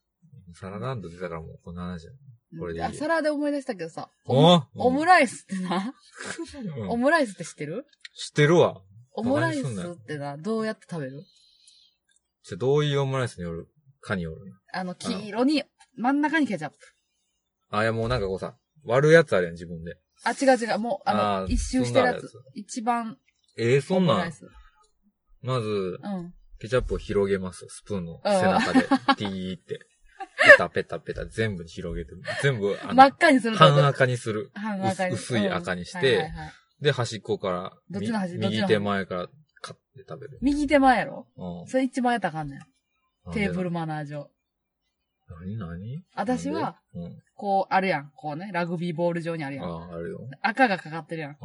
[SPEAKER 1] サラランド出たからもうこの話だ。これでいいよ
[SPEAKER 2] あ、サラで思い出したけどさ。
[SPEAKER 1] お
[SPEAKER 2] オム
[SPEAKER 1] ラ
[SPEAKER 2] ライスってな、
[SPEAKER 1] イ
[SPEAKER 2] オ
[SPEAKER 1] ス
[SPEAKER 2] ムライスって知ってる
[SPEAKER 1] 知ってるわ。
[SPEAKER 2] オムライス
[SPEAKER 1] バカにすんなよ
[SPEAKER 2] ってな、どうやって食べる
[SPEAKER 1] じゃあどういうオムライスによるかによる。
[SPEAKER 2] あの、黄色に、真ん中にケチャップ。
[SPEAKER 1] あ、いやもうなんかこうさ、割るやつあるやん、自分で。
[SPEAKER 2] あ、違う違う。もう、あの、
[SPEAKER 1] ー
[SPEAKER 2] 一周してるやつ。
[SPEAKER 1] そんな
[SPEAKER 2] 一番、
[SPEAKER 1] えー、そ
[SPEAKER 2] オ
[SPEAKER 1] ん
[SPEAKER 2] ム
[SPEAKER 1] な
[SPEAKER 2] ラ
[SPEAKER 1] ん
[SPEAKER 2] イ。ス。
[SPEAKER 1] まず、
[SPEAKER 2] うん。
[SPEAKER 1] ケチャップを広げます。スプーンの背中で。ティーって。ペタペタペタ全部に広げて。全部、あの、
[SPEAKER 2] 真っ赤にするってこと
[SPEAKER 1] 半赤にする。
[SPEAKER 2] 半赤に。
[SPEAKER 1] 薄薄い赤にして
[SPEAKER 2] うんはいはいはい
[SPEAKER 1] で、端っこから、
[SPEAKER 2] どっち
[SPEAKER 1] み
[SPEAKER 2] の端どっちの端
[SPEAKER 1] 右手前から、カッて食べる。
[SPEAKER 2] 右手前やろ
[SPEAKER 1] うん
[SPEAKER 2] それ一番やったらあかんねん。テーブル。マナー上。
[SPEAKER 1] 何何
[SPEAKER 2] 私は、、
[SPEAKER 1] なんで
[SPEAKER 2] こう、あるやん。こうね、ラグビーボール上にある
[SPEAKER 1] うん。
[SPEAKER 2] やん。
[SPEAKER 1] ああ、あるよ。
[SPEAKER 2] 赤がかかってるやん。
[SPEAKER 1] う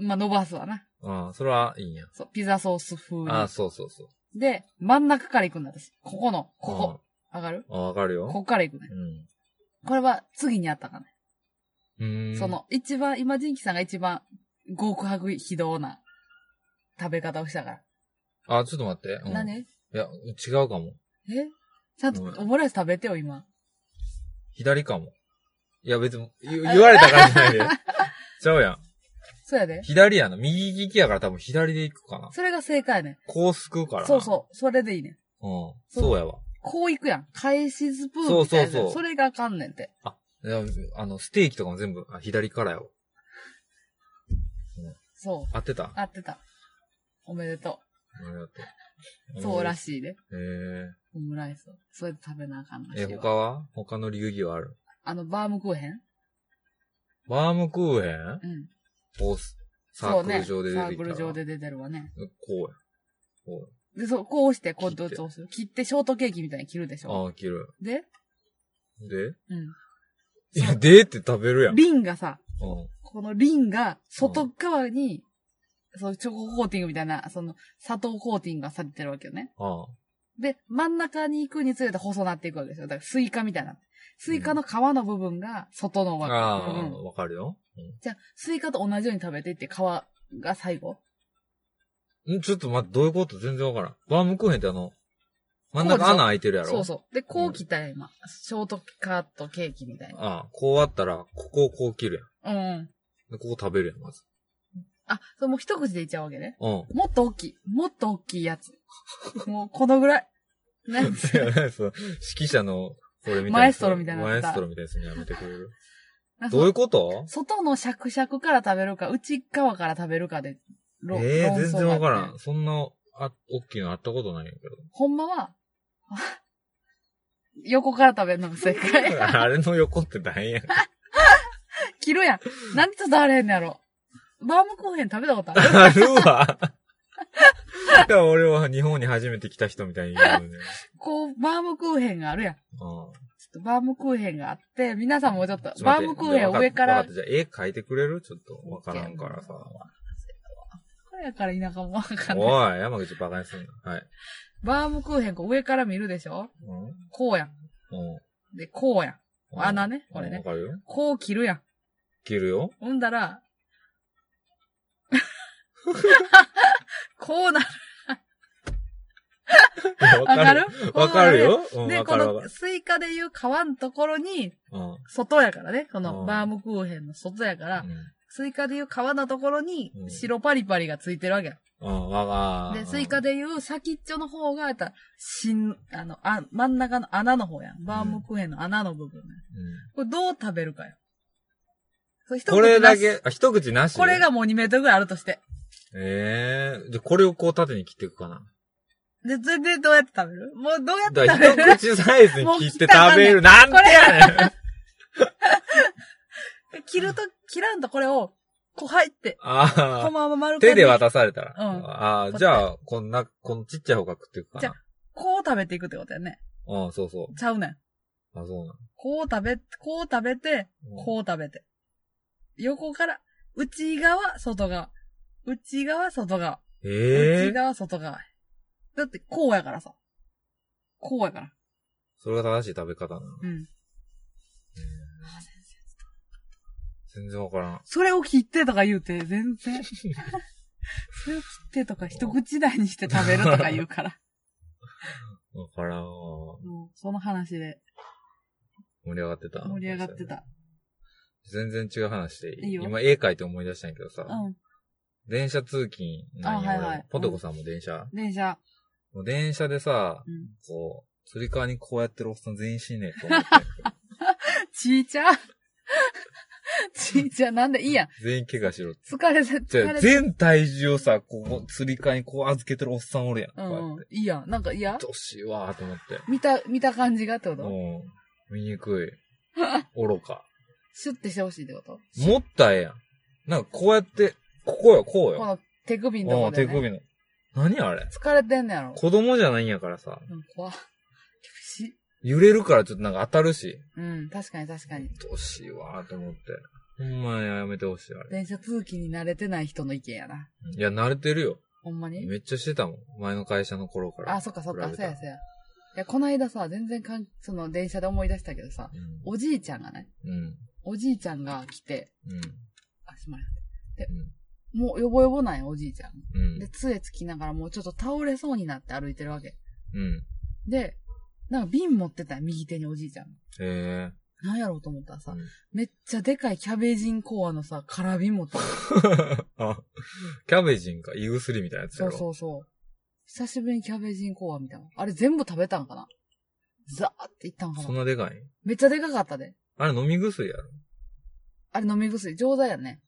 [SPEAKER 2] まあ、伸ばすわな。
[SPEAKER 1] ん。ああ、それはいいんや。
[SPEAKER 2] そう、ピザソース風に
[SPEAKER 1] ああ、そうそうそう。
[SPEAKER 2] で、真ん中から行くんだ、私。ここの、ここ。上がる
[SPEAKER 1] うん。ああ、わかるよ。
[SPEAKER 2] ここから行くね。
[SPEAKER 1] う
[SPEAKER 2] これは次にあったかね。
[SPEAKER 1] ん。うーん
[SPEAKER 2] そ。の、一番、今ジンキさんが一番、極白非道な食べ方をしたから。
[SPEAKER 1] あ、ちょっと待って。うんい
[SPEAKER 2] 何え
[SPEAKER 1] や、違うかも。
[SPEAKER 2] ちゃんとオムライス食べてよ、今。
[SPEAKER 1] 左かも。いや、別に、言言われたからじゃないで。 [LAUGHS] ちゃうやん。
[SPEAKER 2] そうやで。
[SPEAKER 1] 左やな。右利きやから多分左で行くかな。
[SPEAKER 2] それが正解やね
[SPEAKER 1] こうすくうから
[SPEAKER 2] ん。
[SPEAKER 1] な。
[SPEAKER 2] そうそう。それでいいねん。
[SPEAKER 1] う。うん。そうやわ。
[SPEAKER 2] こう行くやん。返しスプーンみたいなやつやん
[SPEAKER 1] そうそうそう
[SPEAKER 2] それがあかんねんて。
[SPEAKER 1] いやあの、ステーキとかも全部、あ左からよ。
[SPEAKER 2] そう。
[SPEAKER 1] 合ってた
[SPEAKER 2] 合ってた。おめでと
[SPEAKER 1] ありがと
[SPEAKER 2] う。そうら
[SPEAKER 1] い。
[SPEAKER 2] しいね。
[SPEAKER 1] へえ
[SPEAKER 2] オムライスを。それで食べなあかんらし
[SPEAKER 1] え、
[SPEAKER 2] い
[SPEAKER 1] 他
[SPEAKER 2] わ。
[SPEAKER 1] は他の流儀はある
[SPEAKER 2] あの、バームクーヘン
[SPEAKER 1] バームクーヘン
[SPEAKER 2] うん。
[SPEAKER 1] をすサ
[SPEAKER 2] そ
[SPEAKER 1] ー
[SPEAKER 2] う
[SPEAKER 1] ク
[SPEAKER 2] ね。
[SPEAKER 1] ル
[SPEAKER 2] サ
[SPEAKER 1] 上で出てきたら。
[SPEAKER 2] ークル上で出てるわね。
[SPEAKER 1] こうや。こ
[SPEAKER 2] で、そう、こうして、こうど
[SPEAKER 1] 切っ
[SPEAKER 2] う
[SPEAKER 1] て
[SPEAKER 2] どうする切って、ショートケーキみたいに切るでし
[SPEAKER 1] うや。
[SPEAKER 2] ょ
[SPEAKER 1] ああ、切る。
[SPEAKER 2] で、
[SPEAKER 1] で
[SPEAKER 2] う
[SPEAKER 1] いや、でーって食べるや
[SPEAKER 2] ん。
[SPEAKER 1] ん。
[SPEAKER 2] リンがさ、
[SPEAKER 1] うん。
[SPEAKER 2] このリンが、外側に、そう、チョココーティングみたいな、その、砂糖コーティングがされてるわけよね。
[SPEAKER 1] ああ。
[SPEAKER 2] で、真ん中に行くにつれて細なっていくわけですよ。だから、スイカみたいな。スイカの皮の部分が、外の
[SPEAKER 1] あ
[SPEAKER 2] わけ、
[SPEAKER 1] あ
[SPEAKER 2] うん、
[SPEAKER 1] わかるよ。うん
[SPEAKER 2] じゃあ、スイカと同じように食べていって、皮が最後。
[SPEAKER 1] んちょっと待って、どういうこと全然わからん。バームクーヘンってあの、真ん中穴開いてるやろ
[SPEAKER 2] そうそう。で、こう切ったら今、ショートカットケーキみたいな。
[SPEAKER 1] ああ、こうあったら、ここをこう切るや
[SPEAKER 2] うん。
[SPEAKER 1] ん。でここ食べるやん、まず。
[SPEAKER 2] あ、そう、もう一口でいっちゃうわけね。
[SPEAKER 1] うん。 [LAUGHS]
[SPEAKER 2] もっと大きい。もっと大きいやつ。もう、このぐらい。ね。
[SPEAKER 1] いやねそう指揮者の、それみたいな。
[SPEAKER 2] マエストロみたいな
[SPEAKER 1] マ
[SPEAKER 2] やつ
[SPEAKER 1] エ
[SPEAKER 2] だ
[SPEAKER 1] ストロみたいなやつにやめてくれる。
[SPEAKER 2] なんか
[SPEAKER 1] どういうこと
[SPEAKER 2] 外のシャクシャクから食べるか、内側から食べるかで、ろ
[SPEAKER 1] ええ
[SPEAKER 2] 論争
[SPEAKER 1] 全然わから
[SPEAKER 2] があって
[SPEAKER 1] ん。そんな、あ、大きいのあったことないんやけ
[SPEAKER 2] ほんまは、 [LAUGHS] 横から食べるのが正解。
[SPEAKER 1] [LAUGHS]
[SPEAKER 2] [LAUGHS]
[SPEAKER 1] ど。あれの横って大変やん。
[SPEAKER 2] 切るやん。なんでちょっとあれへんのやろ。バームクーヘン食べたことある
[SPEAKER 1] ある
[SPEAKER 2] [LAUGHS]
[SPEAKER 1] わ。いや、俺は日本に初めて来た人みたいに言うね。
[SPEAKER 2] こう、バームクーヘンがあるやん。ち
[SPEAKER 1] うん。
[SPEAKER 2] ょっとバームクーヘンがあって、皆さんもちょっと、
[SPEAKER 1] ちょっ
[SPEAKER 2] バ
[SPEAKER 1] と待って
[SPEAKER 2] ームクーヘンを上か
[SPEAKER 1] じゃあわ
[SPEAKER 2] ら
[SPEAKER 1] っ、たじゃあ、絵描いてくれるちょっと、わからんからさ。
[SPEAKER 2] これやから田舎もわかんない。
[SPEAKER 1] おい、山口バカにすんな。はい。
[SPEAKER 2] バームクーヘンこう上から見るでしょ
[SPEAKER 1] うん。う
[SPEAKER 2] こうやん。
[SPEAKER 1] ん。
[SPEAKER 2] で、こうやん。
[SPEAKER 1] うん
[SPEAKER 2] 穴ねこれね
[SPEAKER 1] わかるよ。
[SPEAKER 2] こう切るやん。
[SPEAKER 1] 切るよ。
[SPEAKER 2] ほんだら、こうなる。
[SPEAKER 1] いやわ
[SPEAKER 2] [LAUGHS] わかる
[SPEAKER 1] わかるよ。うん
[SPEAKER 2] で、
[SPEAKER 1] わ
[SPEAKER 2] こ
[SPEAKER 1] かるわか
[SPEAKER 2] の
[SPEAKER 1] る。
[SPEAKER 2] スイカでいう皮のところに、
[SPEAKER 1] うん。
[SPEAKER 2] 外やからね。こ
[SPEAKER 1] う
[SPEAKER 2] の
[SPEAKER 1] ん
[SPEAKER 2] バームクーヘンの外やから、スイカでいう皮のところに
[SPEAKER 1] う、ん
[SPEAKER 2] 白パリパリがついてるわけや。
[SPEAKER 1] うん、わが。
[SPEAKER 2] で、スイカでいう先っちょの方が、やったら、しん、あの、あ、真ん中の穴の方やん。バームクーヘンの穴の部分ね。
[SPEAKER 1] うん。
[SPEAKER 2] これどう食べるかよ。そう一口
[SPEAKER 1] これだ
[SPEAKER 2] なし
[SPEAKER 1] け、あ、一口なし
[SPEAKER 2] これ。がもう2メートルぐらいあるとして。
[SPEAKER 1] ええじゃあこれをこう縦に切っていくかな。
[SPEAKER 2] で、それでどうやって食べるもうどうやって
[SPEAKER 1] だ
[SPEAKER 2] 食
[SPEAKER 1] か
[SPEAKER 2] べ
[SPEAKER 1] ら
[SPEAKER 2] る
[SPEAKER 1] 一口サイズに切って食べる。なんてやねん
[SPEAKER 2] 切ると、切らんとこれを、こう入って、この
[SPEAKER 1] あ
[SPEAKER 2] まま丸
[SPEAKER 1] あ。
[SPEAKER 2] く
[SPEAKER 1] 手で渡されたら。
[SPEAKER 2] うん
[SPEAKER 1] ああ、じゃあ、こんな、このちっちゃい方が食っていくか
[SPEAKER 2] じゃ
[SPEAKER 1] な。
[SPEAKER 2] こう食べていくってことやね。
[SPEAKER 1] うん、そうそ
[SPEAKER 2] ちゃうねん。
[SPEAKER 1] う。あ、そうな
[SPEAKER 2] こう食べ、こう食べて、
[SPEAKER 1] の。
[SPEAKER 2] こう食べて。横から、内側、外側。内側、外側。
[SPEAKER 1] うん。ええ
[SPEAKER 2] 内側、外側。だって、こうやからさ。こうやから。
[SPEAKER 1] それが正しい食べ方なの。
[SPEAKER 2] うん。
[SPEAKER 1] 全然わからん。
[SPEAKER 2] それを切ってとか言うて、
[SPEAKER 1] [LAUGHS]
[SPEAKER 2] 全然。それを切ってとか、一口大にして食べるとか言
[SPEAKER 1] [LAUGHS]
[SPEAKER 2] うから。
[SPEAKER 1] わからんわ。
[SPEAKER 2] もう、その話で
[SPEAKER 1] 盛り上がってた。
[SPEAKER 2] 盛り上がってた。
[SPEAKER 1] 全然違う話でいい
[SPEAKER 2] いいよ
[SPEAKER 1] 今絵描いて思い出したんやけどさ、
[SPEAKER 2] うん。
[SPEAKER 1] 電車通勤なんや、
[SPEAKER 2] あはいはい
[SPEAKER 1] 俺ポテコさんも電車、
[SPEAKER 2] 電車。
[SPEAKER 1] もう電車でさ、
[SPEAKER 2] うん。
[SPEAKER 1] こう、つり革にこうやってるおっさん全員死ねえと思って。
[SPEAKER 2] ちいちゃ。 [LAUGHS] ちいちゃ、なん [LAUGHS] でいいやん。
[SPEAKER 1] 全員怪我しろって。
[SPEAKER 2] 疲れて、
[SPEAKER 1] じゃ
[SPEAKER 2] 疲
[SPEAKER 1] あ
[SPEAKER 2] れて。
[SPEAKER 1] 全体重をさ、こう、つり革にこう預けてるおっさんおるやん。
[SPEAKER 2] う
[SPEAKER 1] こうや
[SPEAKER 2] ん
[SPEAKER 1] っ
[SPEAKER 2] うん
[SPEAKER 1] て。。
[SPEAKER 2] いいやん。なんか、いや
[SPEAKER 1] どうしようわーと思って。
[SPEAKER 2] 見た、見た感じがってこと
[SPEAKER 1] うん。見にくい。
[SPEAKER 2] [LAUGHS]
[SPEAKER 1] 愚か。
[SPEAKER 2] シュッてしてほしいってこと
[SPEAKER 1] もったらええやん。なんかこうやって、ここよ、こう
[SPEAKER 2] こ
[SPEAKER 1] よ。
[SPEAKER 2] の手首のと
[SPEAKER 1] う
[SPEAKER 2] こ
[SPEAKER 1] ん、
[SPEAKER 2] で、
[SPEAKER 1] 手
[SPEAKER 2] ね。
[SPEAKER 1] 首の。何あれ
[SPEAKER 2] 疲れてんねやろ。
[SPEAKER 1] 子供じゃないんやからさ。
[SPEAKER 2] うん、怖っ。厳しい。
[SPEAKER 1] 揺れるからちょっとなんか当たるし。
[SPEAKER 2] うん、確かに確かに。
[SPEAKER 1] どうしようわーと思って。ほんまにやめてほしい、あれ。
[SPEAKER 2] 電車通勤に慣れてない人の意見やな。
[SPEAKER 1] いや、慣れてるよ。
[SPEAKER 2] ほんまに
[SPEAKER 1] めっちゃしてたもん。前の会社の頃から。
[SPEAKER 2] あ、そっかそっか、
[SPEAKER 1] 比べ
[SPEAKER 2] そ
[SPEAKER 1] た
[SPEAKER 2] や
[SPEAKER 1] ら
[SPEAKER 2] そや。いや、この間さ、全然かん、その電車で思い出したけどさ、おじいちゃんがね、
[SPEAKER 1] うん。うん。
[SPEAKER 2] おじいちゃんが来て、
[SPEAKER 1] うん。
[SPEAKER 2] あ、しまらん。で、もう、よぼよぼなんよ、おじいちゃん。
[SPEAKER 1] うん。
[SPEAKER 2] で、杖つきながらもうちょっと倒れそうになって歩いてるわけ。
[SPEAKER 1] うん。
[SPEAKER 2] で、なんか瓶持ってたよ、右手におじいちゃん。
[SPEAKER 1] へえ。
[SPEAKER 2] なんやろうと思ったらさ、
[SPEAKER 1] うん
[SPEAKER 2] めっちゃでかいキャベジンコアのさ、空瓶持ってた。
[SPEAKER 1] あ、キャベジンか、胃薬みたいなやつや
[SPEAKER 2] そ
[SPEAKER 1] ろ。
[SPEAKER 2] うそうそう。久しぶりにキャベジンコアみたいな。あれ全部食べたんかなザーっていったんか
[SPEAKER 1] そん
[SPEAKER 2] な
[SPEAKER 1] なでかい
[SPEAKER 2] めっちゃでかかったで。
[SPEAKER 1] あれ飲み薬やろ
[SPEAKER 2] あれ飲み薬、錠剤やね。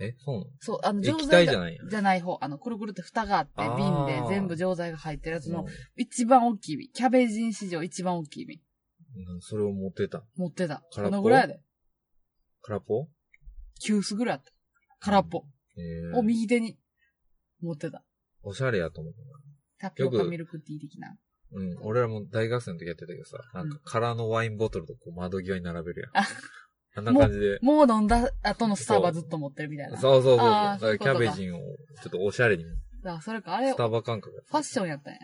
[SPEAKER 1] え、そうなの
[SPEAKER 2] そう、あの、錠
[SPEAKER 1] 液
[SPEAKER 2] 剤
[SPEAKER 1] 体
[SPEAKER 2] が
[SPEAKER 1] じゃないんや
[SPEAKER 2] じゃない方。あの、くるくるって蓋があって
[SPEAKER 1] あ、
[SPEAKER 2] 瓶
[SPEAKER 1] ー
[SPEAKER 2] で全部錠剤が入ってるやつの
[SPEAKER 1] う、
[SPEAKER 2] 一番大きい瓶。キャベジン史上一番大きい瓶。
[SPEAKER 1] んうんそれを持ってた。
[SPEAKER 2] 持ってた。こ
[SPEAKER 1] 空っぽ
[SPEAKER 2] のぐらいやで。
[SPEAKER 1] 空っぽ
[SPEAKER 2] 急須ぐらいあった。空っぽ。
[SPEAKER 1] え
[SPEAKER 2] を
[SPEAKER 1] ー、
[SPEAKER 2] 右手に持ってた。
[SPEAKER 1] おしゃれやと思う。
[SPEAKER 2] タピオカ
[SPEAKER 1] よく
[SPEAKER 2] ミルクティー的な。
[SPEAKER 1] うん。俺らも大学生の時やってたけどさ、なんか空のワインボトルとこう窓際に並べるやん
[SPEAKER 2] あ。
[SPEAKER 1] あんな感じで。
[SPEAKER 2] もう飲んだ後のスタバずっと持ってるみたいな。
[SPEAKER 1] そうそうそうそう。だ
[SPEAKER 2] あー
[SPEAKER 1] からキ
[SPEAKER 2] そういうこと
[SPEAKER 1] ャベ
[SPEAKER 2] か
[SPEAKER 1] ジンをちょっとおしゃれに。
[SPEAKER 2] あ、それか、あれ、
[SPEAKER 1] ス
[SPEAKER 2] ファ
[SPEAKER 1] タバ感覚やった
[SPEAKER 2] ッションやったんや。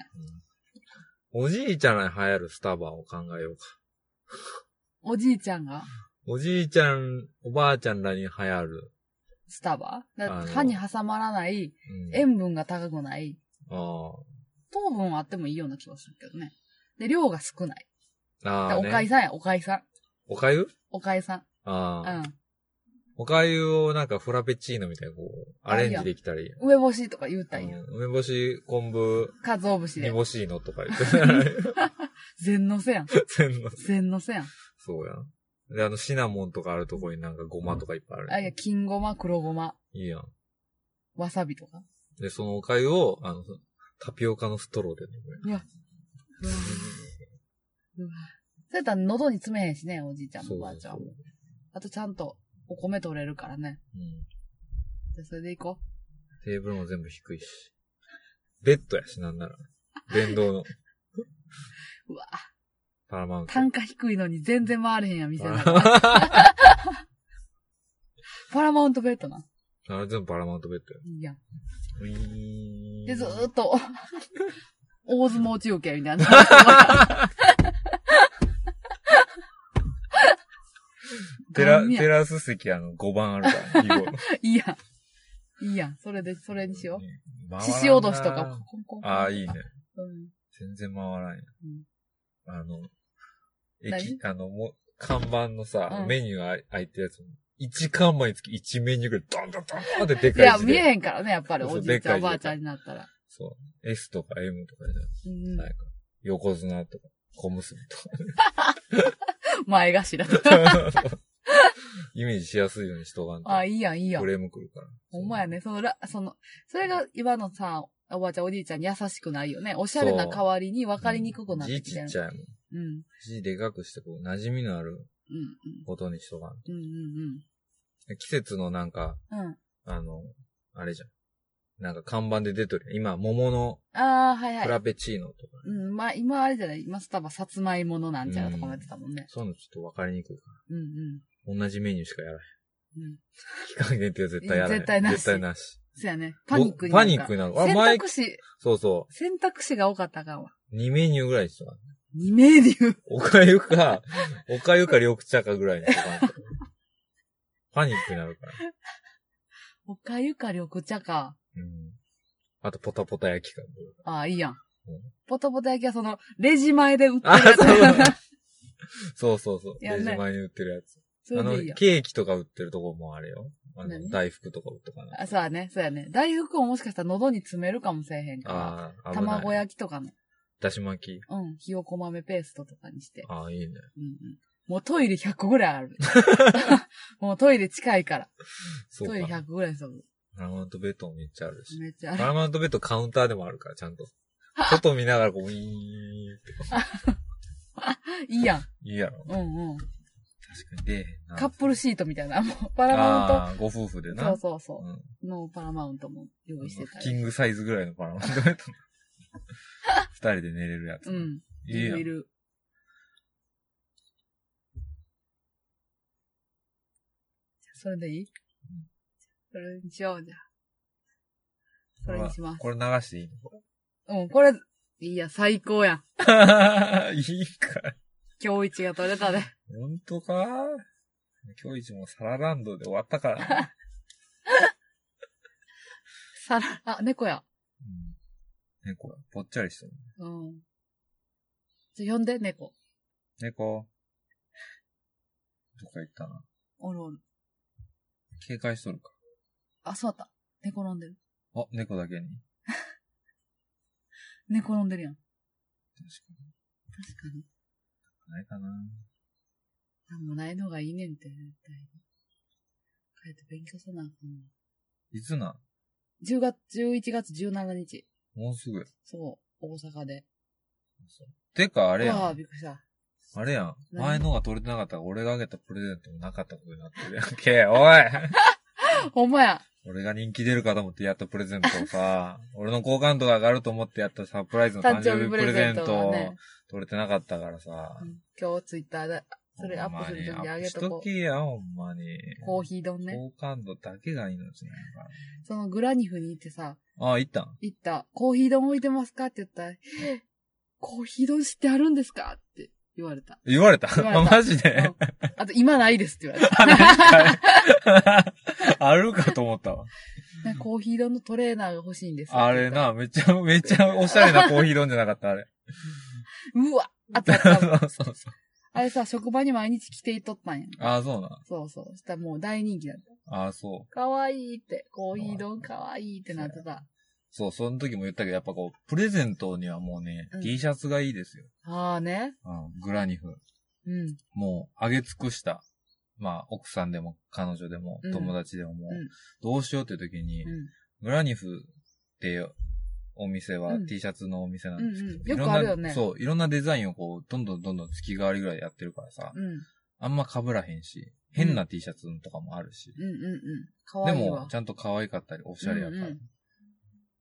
[SPEAKER 1] おじいちゃんらに流行るスタバを考えようか。
[SPEAKER 2] おじいちゃんが
[SPEAKER 1] おじいちゃん、おばあちゃんらに流行る。
[SPEAKER 2] スタバ
[SPEAKER 1] あ
[SPEAKER 2] だ
[SPEAKER 1] の
[SPEAKER 2] 歯に挟まらない、
[SPEAKER 1] うん、
[SPEAKER 2] 塩分が高くない、
[SPEAKER 1] あ
[SPEAKER 2] 糖分はあってもいいような気がするけどね。で、量が少ない。
[SPEAKER 1] あ。あ
[SPEAKER 2] だから
[SPEAKER 1] あ、
[SPEAKER 2] おかゆ
[SPEAKER 1] ね。
[SPEAKER 2] さんや、おかゆさん。
[SPEAKER 1] おかゆ
[SPEAKER 2] おかゆさん。
[SPEAKER 1] ああ、
[SPEAKER 2] う
[SPEAKER 1] おかゆをなんかフラペチーノみたいにこう、アレンジできたり。
[SPEAKER 2] ん。梅干しとか言うたんや。
[SPEAKER 1] うん梅干し、昆布、
[SPEAKER 2] かつお節
[SPEAKER 1] 煮
[SPEAKER 2] で。
[SPEAKER 1] 干しのとか
[SPEAKER 2] [LAUGHS]
[SPEAKER 1] 言って。
[SPEAKER 2] 全のせやん。
[SPEAKER 1] 全部
[SPEAKER 2] 全のせやん。
[SPEAKER 1] そうやん。で、あの、シナモンとかあるとこになんかごまとかいっぱいある。
[SPEAKER 2] あ、いや、金ごま、黒ごま、
[SPEAKER 1] いいやん。
[SPEAKER 2] わさびとか。
[SPEAKER 1] で、そのおかゆを、あの、タピオカのストローで飲む。
[SPEAKER 2] うわうわそうやったら喉に詰めへんしね、おじいちゃんも
[SPEAKER 1] そうそうそう
[SPEAKER 2] おばあちゃんも。あとちゃんとお米取れるからね。
[SPEAKER 1] うん。
[SPEAKER 2] じゃあそれでいこ
[SPEAKER 1] テーブルも全部低いし。ベッドやし、なんなら。電動の。
[SPEAKER 2] [LAUGHS] う。うわ
[SPEAKER 1] パラマウント。
[SPEAKER 2] 単価低いのに全然回れへんやん、店の中。
[SPEAKER 1] あ [LAUGHS]
[SPEAKER 2] パラマウントベッドな。
[SPEAKER 1] れ全部パラマウントベッドや。
[SPEAKER 2] いいやん。
[SPEAKER 1] ウィーン。
[SPEAKER 2] で、ずーっと、大相撲中継みたいな。
[SPEAKER 1] [LAUGHS] テラ
[SPEAKER 2] ガ、ンや
[SPEAKER 1] テラス席あの5番あるから、囲
[SPEAKER 2] [LAUGHS]
[SPEAKER 1] 碁。
[SPEAKER 2] いいやん。いいやん。それで、それにしよ
[SPEAKER 1] 回らんな
[SPEAKER 2] う。獅子おどしとか、コンコンコン
[SPEAKER 1] ああ、いいね。。
[SPEAKER 2] うん
[SPEAKER 1] 全然回らんや。
[SPEAKER 2] うん
[SPEAKER 1] あの、駅、あの、もう、看板のさ、
[SPEAKER 2] うん
[SPEAKER 1] メニューあ開いてるやつも、1看板につき1メニューぐらい、ドンドンドンドンってで
[SPEAKER 2] い
[SPEAKER 1] かい
[SPEAKER 2] や、
[SPEAKER 1] 字
[SPEAKER 2] 見え
[SPEAKER 1] で。
[SPEAKER 2] へんからね、やっぱり、
[SPEAKER 1] そうそう
[SPEAKER 2] おじいちゃん、
[SPEAKER 1] でっかい字で
[SPEAKER 2] おばあちゃんになったら。
[SPEAKER 1] そう。S とか M とかじ
[SPEAKER 2] うん
[SPEAKER 1] ゃないか。横綱とか、小結びと
[SPEAKER 2] [LAUGHS]
[SPEAKER 1] か。
[SPEAKER 2] 前
[SPEAKER 1] [LAUGHS]
[SPEAKER 2] 頭とか。
[SPEAKER 1] イメージしやすいようにしとかんと。
[SPEAKER 2] あ、いいやん、いいやん
[SPEAKER 1] ク。レーム来るから。
[SPEAKER 2] ほんまやね。そのら、その、それが今のさ、おばあちゃん、おじいちゃんに優しくないよね。おしゃれな代わりに分かりにくくなって
[SPEAKER 1] 字
[SPEAKER 2] き
[SPEAKER 1] ち
[SPEAKER 2] てる。
[SPEAKER 1] っちゃいもん。
[SPEAKER 2] うん。うん。
[SPEAKER 1] 字でかくして、こう、馴染みのあることにしとかんと。
[SPEAKER 2] うん。うん。
[SPEAKER 1] 季節のなんか、
[SPEAKER 2] うん。うん。
[SPEAKER 1] あの、あれじゃん。なんか看板で出とる。今、桃の
[SPEAKER 2] ああ、はいはい
[SPEAKER 1] フ。ラペチーノとか。
[SPEAKER 2] うん、まあ、今あれじゃない今スタバ、さつまいものなんちゃらとかもやってたもんね。
[SPEAKER 1] そういうのちょっと分かりにくいか
[SPEAKER 2] うん、うん、
[SPEAKER 1] ら。同じメニューしかやらない。
[SPEAKER 2] うん。
[SPEAKER 1] 期間限定は絶対やらない。
[SPEAKER 2] 絶対なし
[SPEAKER 1] 絶対なし。
[SPEAKER 2] そうやね。パニックにな
[SPEAKER 1] パ
[SPEAKER 2] る
[SPEAKER 1] ニ
[SPEAKER 2] か
[SPEAKER 1] ッ
[SPEAKER 2] ら
[SPEAKER 1] クになる。あ、
[SPEAKER 2] 選
[SPEAKER 1] 前
[SPEAKER 2] 択、肢、
[SPEAKER 1] そうそ
[SPEAKER 2] 選択肢が多かったからわ。
[SPEAKER 1] う。2メニューぐらいにしとかん。
[SPEAKER 2] 二名流。
[SPEAKER 1] おかゆか、 [LAUGHS] おかゆか緑茶かぐらいの時間。パニックになるから。
[SPEAKER 2] おかゆか緑茶か。
[SPEAKER 1] うん。あと、ポタポタ焼きか。
[SPEAKER 2] ああ、いいやん
[SPEAKER 1] うん。
[SPEAKER 2] ポタポタ焼きはその、レジ前で売ってる
[SPEAKER 1] あ、
[SPEAKER 2] や
[SPEAKER 1] そうそうそうそ
[SPEAKER 2] つ。[LAUGHS]
[SPEAKER 1] うそう。
[SPEAKER 2] や
[SPEAKER 1] レ
[SPEAKER 2] ん
[SPEAKER 1] ジ
[SPEAKER 2] ない
[SPEAKER 1] 前に売ってるやつ。
[SPEAKER 2] [LAUGHS] それ
[SPEAKER 1] あの
[SPEAKER 2] でいい、やん。
[SPEAKER 1] ケーキとか売ってるとこもあれよ。あの、
[SPEAKER 2] 何
[SPEAKER 1] 大福とか売っとかな。
[SPEAKER 2] あ、そうやね、そうやね。大福をもしかしたら喉に詰めるかもしれへんから。
[SPEAKER 1] ああ、危ない。
[SPEAKER 2] 卵焼きとかの。
[SPEAKER 1] だし巻き。
[SPEAKER 2] うん。ひよこ豆ペーストとかにして。
[SPEAKER 1] ああ、いいね。
[SPEAKER 2] うんうん。もうトイレ100個ぐら
[SPEAKER 1] [LAUGHS]
[SPEAKER 2] いある。もうトイレ近いから。
[SPEAKER 1] そう
[SPEAKER 2] トイレ
[SPEAKER 1] か。
[SPEAKER 2] 100個ぐらいそう。
[SPEAKER 1] パラマウントベッドもめっちゃあるし。
[SPEAKER 2] めっちゃあ
[SPEAKER 1] パ
[SPEAKER 2] る。
[SPEAKER 1] ラマウントベッドカウンターでもあるから、ちゃんと。外見ながらこう、ウィーンって。
[SPEAKER 2] いいやん。
[SPEAKER 1] いいやろ。
[SPEAKER 2] うんうん。
[SPEAKER 1] 確かに出えへんな。
[SPEAKER 2] カップルシートみたいな。もうパ
[SPEAKER 1] パ
[SPEAKER 2] ラマウン
[SPEAKER 1] ント。ご夫婦で
[SPEAKER 2] ト。そ
[SPEAKER 1] な
[SPEAKER 2] う。そうそう
[SPEAKER 1] うん
[SPEAKER 2] う。のパラマウントも用意してた
[SPEAKER 1] キ
[SPEAKER 2] り。
[SPEAKER 1] ングサイズぐらいのパラマウント
[SPEAKER 2] [LAUGHS]
[SPEAKER 1] ベッド。二人で寝れるやつ。
[SPEAKER 2] うん。
[SPEAKER 1] いいや
[SPEAKER 2] い
[SPEAKER 1] ん。
[SPEAKER 2] る。それでいいそれにしようじゃあ。それにします。
[SPEAKER 1] これ流して
[SPEAKER 2] [LAUGHS]
[SPEAKER 1] いいのこれ
[SPEAKER 2] うん、これ、いいや、最高やん。
[SPEAKER 1] いいかい。
[SPEAKER 2] 今日一が取れたで。 [LAUGHS]
[SPEAKER 1] 本当か今日一もサラランドで終わったから
[SPEAKER 2] [LAUGHS]
[SPEAKER 1] な。
[SPEAKER 2] さら、あ、猫や。
[SPEAKER 1] うん。猫がぽっちゃりしてる。
[SPEAKER 2] うん。じゃ、呼んで、猫。
[SPEAKER 1] 猫。どっか行ったな。
[SPEAKER 2] おるおる。
[SPEAKER 1] 警戒しとるか。
[SPEAKER 2] あ、そうだった。猫飲んでる。
[SPEAKER 1] あ、猫だけに。
[SPEAKER 2] 猫飲んでるやん。
[SPEAKER 1] 確か
[SPEAKER 2] 確かに。
[SPEAKER 1] に。ないかな。
[SPEAKER 2] なんもないのがいいねんて、絶対に。帰って勉強せなあかんわ。
[SPEAKER 1] いつな
[SPEAKER 2] 10月、11月17日。
[SPEAKER 1] もうすぐ。
[SPEAKER 2] そう、大阪で。
[SPEAKER 1] てか、あ
[SPEAKER 2] あ
[SPEAKER 1] れや
[SPEAKER 2] わあ、
[SPEAKER 1] ん。
[SPEAKER 2] びっくりした。
[SPEAKER 1] あれやん。
[SPEAKER 2] 何
[SPEAKER 1] 前のが取れてなかったら、俺があげたプレゼントもなかったことになってるやんけ。おい
[SPEAKER 2] [LAUGHS] ほんまや。
[SPEAKER 1] 俺が人気出るかと思ってやったプレゼントをさ、俺の好感度が上がると思ってやったサプライズの誕
[SPEAKER 2] 誕
[SPEAKER 1] 生
[SPEAKER 2] 生
[SPEAKER 1] 日
[SPEAKER 2] 日
[SPEAKER 1] プ
[SPEAKER 2] プ
[SPEAKER 1] レ
[SPEAKER 2] レ
[SPEAKER 1] ゼ
[SPEAKER 2] ゼ
[SPEAKER 1] ン
[SPEAKER 2] ン
[SPEAKER 1] ト
[SPEAKER 2] トはね。
[SPEAKER 1] 取れてなかったからさ
[SPEAKER 2] う。ん今日ツイッターで、それアップするときにあげと
[SPEAKER 1] ほんまにアップ
[SPEAKER 2] こ
[SPEAKER 1] しときや、ほんまに。
[SPEAKER 2] う。コーヒー丼ね。
[SPEAKER 1] 好感度だけが命なんか
[SPEAKER 2] そのグラニフに行ってさ、
[SPEAKER 1] ら。あ、行ったん
[SPEAKER 2] 行った、コーヒー丼置いてますかって言ったら、コーヒー丼知ってあるんですかって言われた。
[SPEAKER 1] 言われた
[SPEAKER 2] 言われ
[SPEAKER 1] [LAUGHS]
[SPEAKER 2] た
[SPEAKER 1] マジ
[SPEAKER 2] う
[SPEAKER 1] で
[SPEAKER 2] んあと、今ないですって言われた。
[SPEAKER 1] あるかと思ったわ。
[SPEAKER 2] なんかコーヒー丼のトレーナーが欲しいんです。
[SPEAKER 1] あれ。な、めっちゃ、めっちゃおしゃれなコーヒー飲んじゃなかった、あれ。
[SPEAKER 2] うわあった
[SPEAKER 1] そ
[SPEAKER 2] [LAUGHS] あった
[SPEAKER 1] うそうそう。
[SPEAKER 2] あれさ、職場に毎日来ていとった
[SPEAKER 1] [LAUGHS]
[SPEAKER 2] んや。
[SPEAKER 1] あ、そうな。
[SPEAKER 2] そうそう。そしたらもう大人気だった。
[SPEAKER 1] あ、そう。
[SPEAKER 2] かわいいって、コーヒー丼かわいいってなってた。
[SPEAKER 1] そう、その時も言ったけど、やっぱこう、プレゼントにはもうね、
[SPEAKER 2] うん
[SPEAKER 1] T シャツがいいですよ。
[SPEAKER 2] ああね。
[SPEAKER 1] うん、グラニフ。
[SPEAKER 2] うん。
[SPEAKER 1] もう、あげ尽くした。まあ、奥さんでも、彼女でも
[SPEAKER 2] うん、
[SPEAKER 1] 友達でももう、
[SPEAKER 2] うん
[SPEAKER 1] どうしようって時に、
[SPEAKER 2] うん。
[SPEAKER 1] グラニフってお店は、
[SPEAKER 2] うん
[SPEAKER 1] T シャツのお店なん
[SPEAKER 2] う
[SPEAKER 1] で
[SPEAKER 2] ん
[SPEAKER 1] す
[SPEAKER 2] うん。
[SPEAKER 1] け
[SPEAKER 2] よ
[SPEAKER 1] ど、
[SPEAKER 2] くある
[SPEAKER 1] い
[SPEAKER 2] よ
[SPEAKER 1] ろんな
[SPEAKER 2] ね。
[SPEAKER 1] そう、いろんなデザインをこう、どんどんどんどん月替わりぐらいでやってるからさ、
[SPEAKER 2] うん。うん
[SPEAKER 1] あんま被らへんし、変な T シャツとかもあるし、
[SPEAKER 2] うんうん。か
[SPEAKER 1] で
[SPEAKER 2] わいい
[SPEAKER 1] も
[SPEAKER 2] わ、
[SPEAKER 1] ち。ゃんと可愛かったり、おしゃれやから。
[SPEAKER 2] うん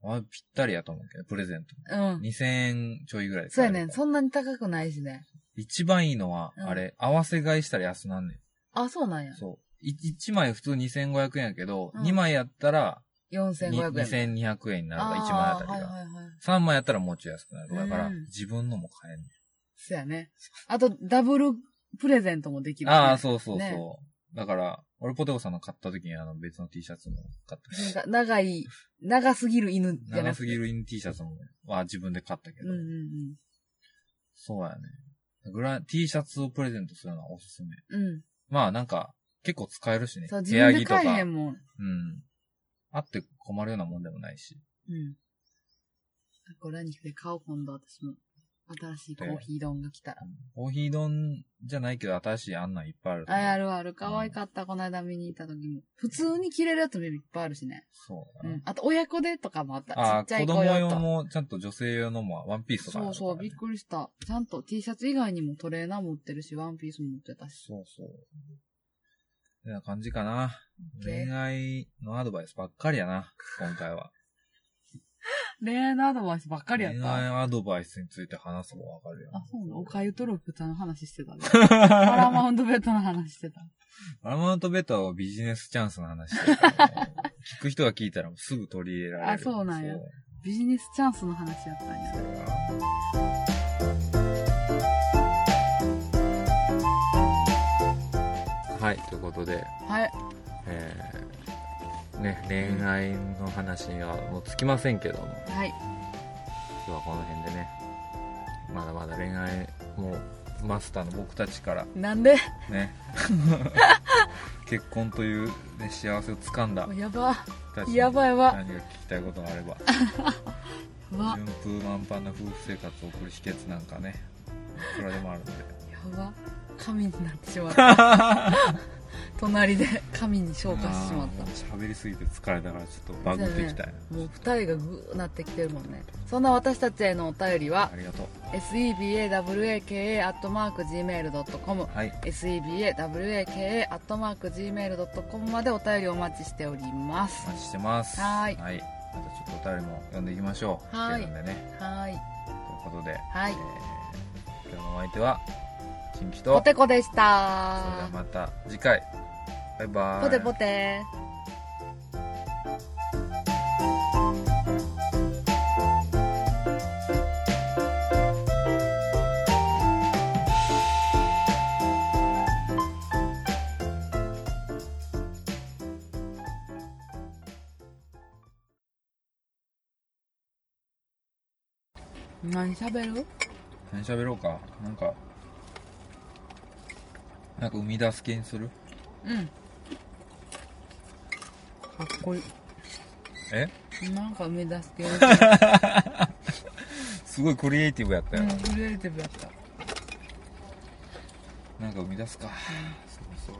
[SPEAKER 1] あぴったりやと思うけど、プレゼント。
[SPEAKER 2] うん。
[SPEAKER 1] 2000円ちょいぐらいで
[SPEAKER 2] そう
[SPEAKER 1] 買え
[SPEAKER 2] や
[SPEAKER 1] る
[SPEAKER 2] ねん。そんなに高くないしね。
[SPEAKER 1] 一番いいのは、
[SPEAKER 2] うん
[SPEAKER 1] あれ、合わせ買いしたら安なんね
[SPEAKER 2] あ、そうなんや
[SPEAKER 1] ん。。そう。い一枚普通2500円やけど、
[SPEAKER 2] うん
[SPEAKER 1] 二枚やったら、に
[SPEAKER 2] 4500円。
[SPEAKER 1] 2200円になるから、
[SPEAKER 2] あー
[SPEAKER 1] 一枚あたりが。
[SPEAKER 2] はいはいはい。
[SPEAKER 1] 三枚やったらもうちょい安くなる。だから、
[SPEAKER 2] うん
[SPEAKER 1] 自分のも買えんね
[SPEAKER 2] そうやね。あと、ダブルプレゼントもできる、ね。
[SPEAKER 1] ああ、そうそうそう。
[SPEAKER 2] ね
[SPEAKER 1] だから、俺ポテコさんの買った時にあの別の T シャツも買った
[SPEAKER 2] なん
[SPEAKER 1] し、
[SPEAKER 2] か、長い、長すぎる犬じゃな
[SPEAKER 1] 長
[SPEAKER 2] くて。
[SPEAKER 1] すぎるイン T シャツもは自分で買ったけ
[SPEAKER 2] うん
[SPEAKER 1] ど、
[SPEAKER 2] うんうん。
[SPEAKER 1] そうやね。グラ T シャツをプレゼントするのはおすすめ。
[SPEAKER 2] うん。
[SPEAKER 1] まあなんか、結構使えるしね。
[SPEAKER 2] そう、自
[SPEAKER 1] 部屋
[SPEAKER 2] 分
[SPEAKER 1] 着
[SPEAKER 2] で
[SPEAKER 1] とか
[SPEAKER 2] 買えへんも
[SPEAKER 1] う
[SPEAKER 2] ん。
[SPEAKER 1] ん。あって困るようなもんでもないし。
[SPEAKER 2] うん。これにで買おう、今度私も。新しいコーヒー丼が来たら。
[SPEAKER 1] コーヒー丼じゃないけど、新しいあんなんいっぱいあると
[SPEAKER 2] あ、
[SPEAKER 1] 思う。
[SPEAKER 2] あるある。可愛かった。この間見に行った時も。普通に着れるやつもいっぱいあるしね。
[SPEAKER 1] そう
[SPEAKER 2] う
[SPEAKER 1] だな。
[SPEAKER 2] ん。あと、親子でとかもあった。ち
[SPEAKER 1] あ
[SPEAKER 2] っ
[SPEAKER 1] あ、
[SPEAKER 2] ちゃい
[SPEAKER 1] 子
[SPEAKER 2] 子
[SPEAKER 1] 供
[SPEAKER 2] 用
[SPEAKER 1] 用
[SPEAKER 2] と。
[SPEAKER 1] も、ちゃんと女性用のも、ワンピースとかある
[SPEAKER 2] そうそう、びっくりした。ちゃんと T シャツ以外にもトレーナー持ってるし、ワンピースも持ってたし。
[SPEAKER 1] そうそう。てな感じかな。
[SPEAKER 2] OK
[SPEAKER 1] 恋愛のアドバイスばっかりやな、今回は。
[SPEAKER 2] 恋愛のアドバイスばっかりやった。
[SPEAKER 1] 恋愛
[SPEAKER 2] あ、
[SPEAKER 1] アドバイスについて話すもわかるやん。
[SPEAKER 2] そうなのおかゆとロプタの話してたね。 [LAUGHS] パラマウントベッドの話してた。
[SPEAKER 1] アラマウントベッドはビジネスチャンスの話してるからね聞く人が聞いたらすぐ取り入れられる。
[SPEAKER 2] あそうなんや
[SPEAKER 1] そう
[SPEAKER 2] ビジネスチャンスの話やったんや。
[SPEAKER 1] だからはい、ということで、
[SPEAKER 2] はい。
[SPEAKER 1] えーね、恋愛の話はもうつきませんけども、
[SPEAKER 2] はい。
[SPEAKER 1] 今日はこの辺でね、まだまだ恋愛、もう、マスターの僕たちから
[SPEAKER 2] なんで [LAUGHS]
[SPEAKER 1] ね、結婚という、ね、幸せを掴んだ僕
[SPEAKER 2] やば。
[SPEAKER 1] たちに
[SPEAKER 2] やばいわ。
[SPEAKER 1] 何か聞きたいことがあれば、
[SPEAKER 2] やば。
[SPEAKER 1] 順風満帆な夫婦生活を送る秘訣なんかね、いくらでもあるので、
[SPEAKER 2] やば。神になってしまった。 [LAUGHS] 隣で神に昇華してしまった
[SPEAKER 1] あ。ーもう喋りすぎて疲れたから、ちょっとバグっていきたいな。
[SPEAKER 2] もう二人がグーなってきてるもんね。そんな私たちへのお便りは
[SPEAKER 1] あ、りがとう。
[SPEAKER 2] sebawaka.gmail.com
[SPEAKER 1] はい。
[SPEAKER 2] sebawaka.gmail.com までお便りお待ちしております
[SPEAKER 1] お。待ちしてます。
[SPEAKER 2] はーい
[SPEAKER 1] またちょっとお便りも読んでいきましょう。
[SPEAKER 2] はーい
[SPEAKER 1] 来てるんでね。
[SPEAKER 2] はい。
[SPEAKER 1] ということで、
[SPEAKER 2] は
[SPEAKER 1] え
[SPEAKER 2] い
[SPEAKER 1] ー今日のお相手は、チンキと、
[SPEAKER 2] ポテコでし
[SPEAKER 1] それでは
[SPEAKER 2] た。
[SPEAKER 1] また次回。バイバーイ。
[SPEAKER 2] ポテポテ。何喋る
[SPEAKER 1] 何喋ろうか。なんか、なんか生み出す系にする
[SPEAKER 2] うんかっこいい
[SPEAKER 1] え
[SPEAKER 2] なんか生み出す系
[SPEAKER 1] すごいクリエイティブやった
[SPEAKER 2] う
[SPEAKER 1] よ。
[SPEAKER 2] んクリエイティブやった
[SPEAKER 1] なんか生み出すか。そうそう。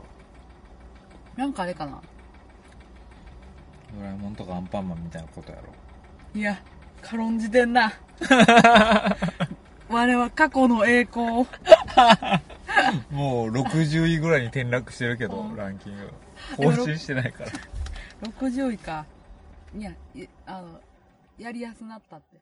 [SPEAKER 2] なんかあれかな
[SPEAKER 1] ドラえもんとかアンパンマンみたいなことやろ。
[SPEAKER 2] いや軽んじてんな我は過去の栄光を
[SPEAKER 1] もう60位ぐらいに転落してるけど
[SPEAKER 2] う、ん
[SPEAKER 1] ランキング。
[SPEAKER 2] でも
[SPEAKER 1] 更新して
[SPEAKER 2] [LAUGHS]
[SPEAKER 1] ないから。
[SPEAKER 2] 60位かいやいあのやりやすなったって